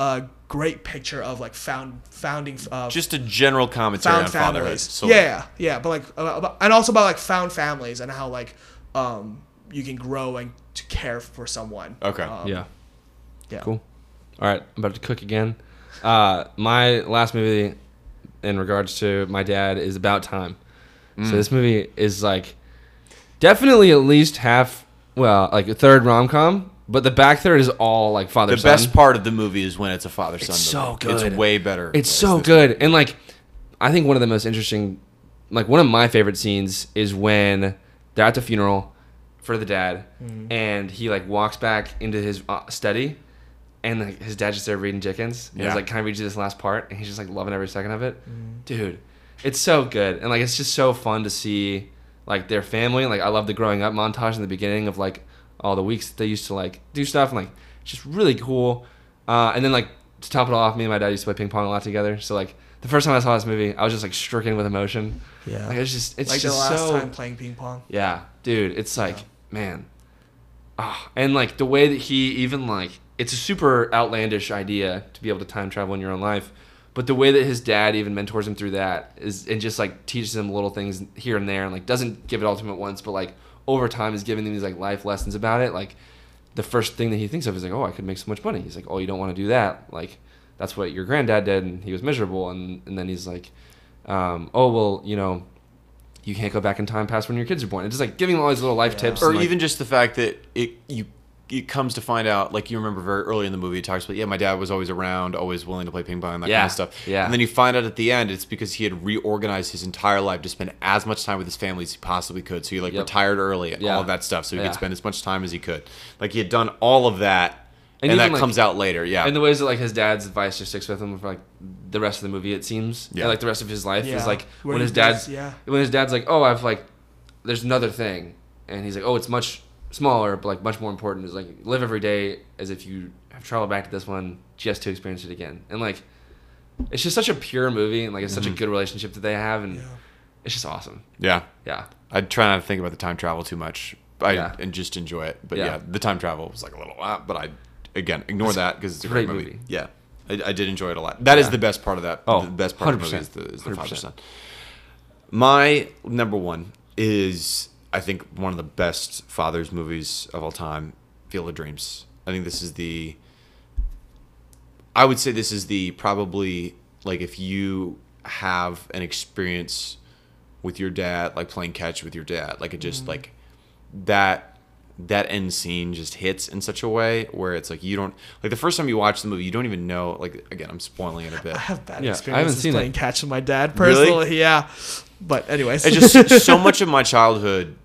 B: uh, great picture of like found founding uh,
A: Just a general commentary
B: found
A: on fatherhood.
B: families.
A: So
B: yeah, yeah, yeah. But like, uh, about- and also about like found families and how like um you can grow and to care for someone.
A: Okay.
B: Um,
C: Yeah.
B: Yeah.
C: Cool. All right, I'm about to cook again. Uh, my last movie in regards to my dad is About Time. So this movie is like definitely at least half, well, like a third rom com, but the back third is all like father
A: The best part of the movie is when it's a father son.
C: It's so good.
A: It's way better.
C: It's so good. And like I think one of the most interesting like one of my favorite scenes is when they're at the funeral for the dad and he like walks back into his uh, study and like his dad's just there reading Dickens. And
A: Yeah.
C: he's like, Can I read you this last part? And he's just like loving every second of it. Dude, it's so good. And like it's just so fun to see like their family. Like I love the growing up montage in the beginning of like all the weeks that they used to like do stuff and like it's just really cool. Uh, and then like to top it all off, me and my dad used to play ping pong a lot together. So like the first time I saw this movie, I was just like stricken with emotion.
B: Yeah.
C: Like it's just it's
B: like the
C: just
B: last
C: so
B: time playing ping pong.
C: yeah, dude, it's like, man. Ah, and like the way that he even like it's a super outlandish idea to be able to time travel in your own life, but the way that his dad even mentors him through that is and just like teaches him little things here and there and like doesn't give it all to him at once, but like over time is giving him these like life lessons about it. Like the first thing that he thinks of is like, oh, I could make so much money. He's like, oh, you don't want to do that. Like that's what your granddad did, and he was miserable. And and then he's like, um, oh well, you know, you can't go back in time past when your kids are born. It's just like giving them all these little life tips.
A: or
C: and, like-
A: even just the fact that it you it comes to find out like you remember very early in the movie it talks about yeah my dad was always around always willing to play ping pong and that
C: Yeah,
A: kind of stuff
C: yeah.
A: and then you find out at the end it's because he had reorganized his entire life to spend as much time with his family as he possibly could so he like
C: Yep.
A: retired early and
C: Yeah.
A: all of that stuff so he
C: Yeah.
A: could spend as much time as he could like he had done all of that
C: And
A: and,
C: even,
A: that
C: like-
A: comes out later yeah
C: and the ways that like his dad's advice just sticks with him for like the rest of the movie. It seems yeah,
A: Yeah.
C: like the rest of his life
B: Yeah.
C: is like
B: Where
C: when
B: he
C: his dad's
B: does- yeah.
C: when his dad's like, oh, I've like, there's another thing, and he's like, oh, it's much smaller, but like much more important is like live every day as if you have traveled back to this one just to experience it again, and like. It's just such a pure movie, and like it's
A: Mm-hmm.
C: such a good relationship that they have, and it's just awesome.
A: yeah
C: Yeah,
A: i try not to think about the time travel too much I,
C: Yeah.
A: and just enjoy it but
C: Yeah.
A: yeah. the time travel was like a little ah, but i again ignore that because it's a
C: great
A: great, movie.
C: movie.
A: yeah I, I did enjoy it a lot That is
C: Yeah.
A: the best part of that
C: Oh,
A: the best part of the movie
C: 100%,
A: is the, is the father
C: 100%.
A: son my number one is i think one of the best father's movies of all time field of dreams i think this is the I would say this is the probably like if you have an experience with your dad, like playing catch with your dad, like it just like that that end scene just hits in such a way where it's like you don't like the first time you watch the movie, you don't even know. Like again, I'm spoiling it a bit.
B: I have bad
C: Yeah, I haven't
B: experiences
C: seen
B: playing
C: it.
B: catch with my dad
A: Really?
B: personally. Yeah, but anyways,
A: It's just so much of my childhood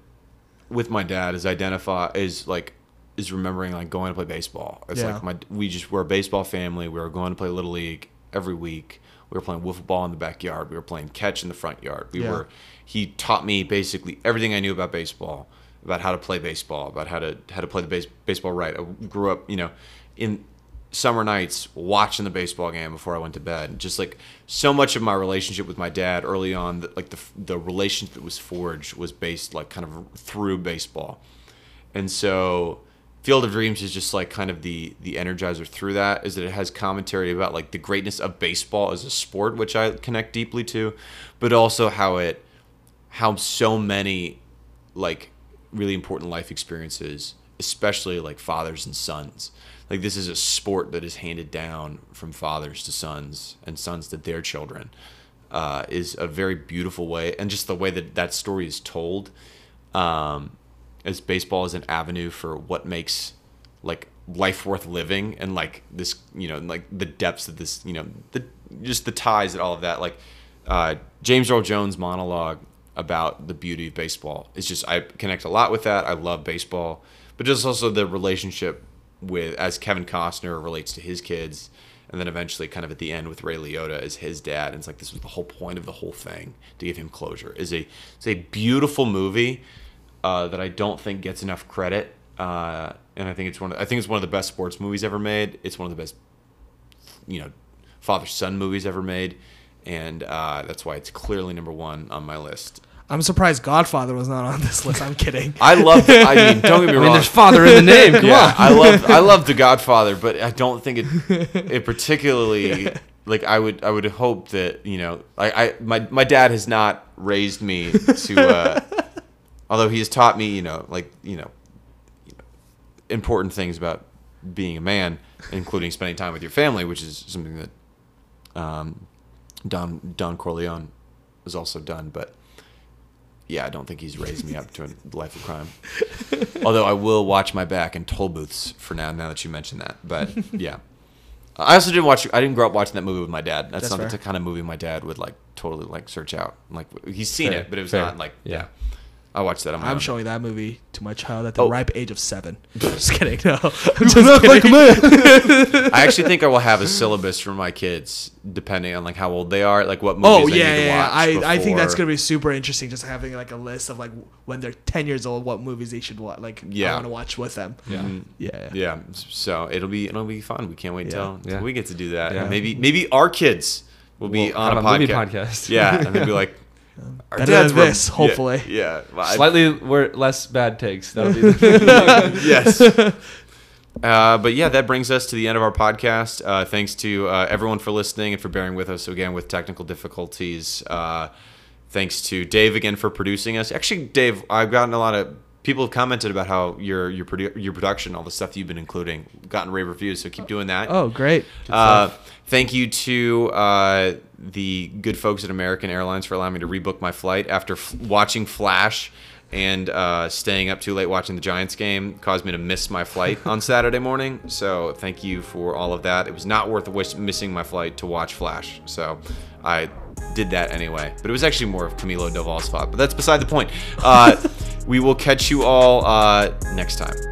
A: with my dad is identify is like is remembering like going to play baseball. It's
B: Yeah.
A: like my we just we're a baseball family. We were going to play little league every week. We were playing wiffle ball in the backyard. We were playing catch in the front yard. We
B: Yeah.
A: were he taught me basically everything I knew about baseball, about how to play baseball, about how to how to play the base, baseball right. I grew up, you know, in summer nights watching the baseball game before I went to bed. Just like so much of my relationship with my dad early on, that, like the the relationship that was forged was based like kind of through baseball, and so. Field of Dreams is just like kind of the the energizer through that is that it has commentary about like the greatness of baseball as a sport, which I connect deeply to, but also how it how so many like really important life experiences especially like fathers and sons like this is a sport that is handed down from fathers to sons and sons to their children uh, is a very beautiful way and just the way that that story is told um, as baseball is an avenue for what makes like life worth living and like this you know and, like the depths of this you know the just the ties and all of that like uh, James Earl Jones monologue about the beauty of baseball it's just I connect a lot with that I love baseball but just also the relationship with as Kevin Costner relates to his kids and then eventually kind of at the end with Ray Liotta as his dad and it's like this was the whole point of the whole thing to give him closure is a it's a beautiful movie uh, that I don't think gets enough credit uh, and I think it's one of, I think it's one of the best sports movies ever made it's one of the best you know father son movies ever made and uh, that's why it's clearly number one on my list
B: I'm surprised Godfather was not on this list. I'm kidding.
A: I love I mean don't get me
C: I mean,
A: wrong
C: there's father in the name. Come
A: yeah,
C: on.
A: I love I love The Godfather, but I don't think it it particularly like I would I would hope that you know I, I my my dad has not raised me to uh, although he has taught me you know like you know important things about being a man, including spending time with your family, which is something that um, Don Don Corleone has also done, but. Yeah, I don't think he's raised me up to a life of crime. Although I will watch my back in toll booths for now. Now that you mention that, but yeah, I also didn't watch. I didn't grow up watching that movie with my dad. That's,
B: That's
A: not the
B: fair.
A: kind of movie my dad would like totally like search out. Like he's seen
C: Fair,
A: it, but it was
C: fair.
A: not like
C: Yeah.
A: I watched that. On my
B: I'm
A: own.
B: showing that movie to my child at the ripe age of seven. just kidding. No, I'm just
C: like
B: kidding.
A: I actually think I will have a syllabus for my kids, depending on like how old they are, like what movies.
B: Oh
A: they
B: yeah,
A: need to
B: yeah.
A: watch
B: I, I think that's
A: before-
B: gonna be super interesting. Just having like a list of like when they're ten years old, what movies they should watch. Like I
A: Yeah.
B: want to watch with them. Yeah, yeah.
A: Yeah, so it'll be it'll be fun. We can't wait till, till
C: yeah.
A: we get to do that.
C: Yeah.
A: Maybe maybe our kids will be
C: We'll
A: on a
C: have a movie
A: podcast.
C: podcast.
A: Yeah, and they'll be like, our
B: better
A: dads
B: than
A: were-
B: this,
A: yeah,
B: hopefully.
A: Yeah, Well, I-
C: Slightly wor- less bad takes. That'll be the
A: yes. Uh, but yeah, that brings us to the end of our podcast. Uh, thanks to uh, everyone for listening and for bearing with us again with technical difficulties. Uh, thanks to Dave again for producing us. Actually, Dave, I've gotten a lot of people have commented about how your your produ- your production, all the stuff that you've been including, gotten rave reviews. So keep doing that.
B: Oh great.
A: Uh, thank you to uh, the good folks at American Airlines for allowing me to rebook my flight after f- watching Flash and uh, staying up too late watching the Giants game caused me to miss my flight on Saturday morning. So thank you for all of that. It was not worth wish- missing my flight to watch Flash. So I did that anyway. But it was actually more of Camilo Doval's fault. But that's beside the point. Uh, we will catch you all uh, next time.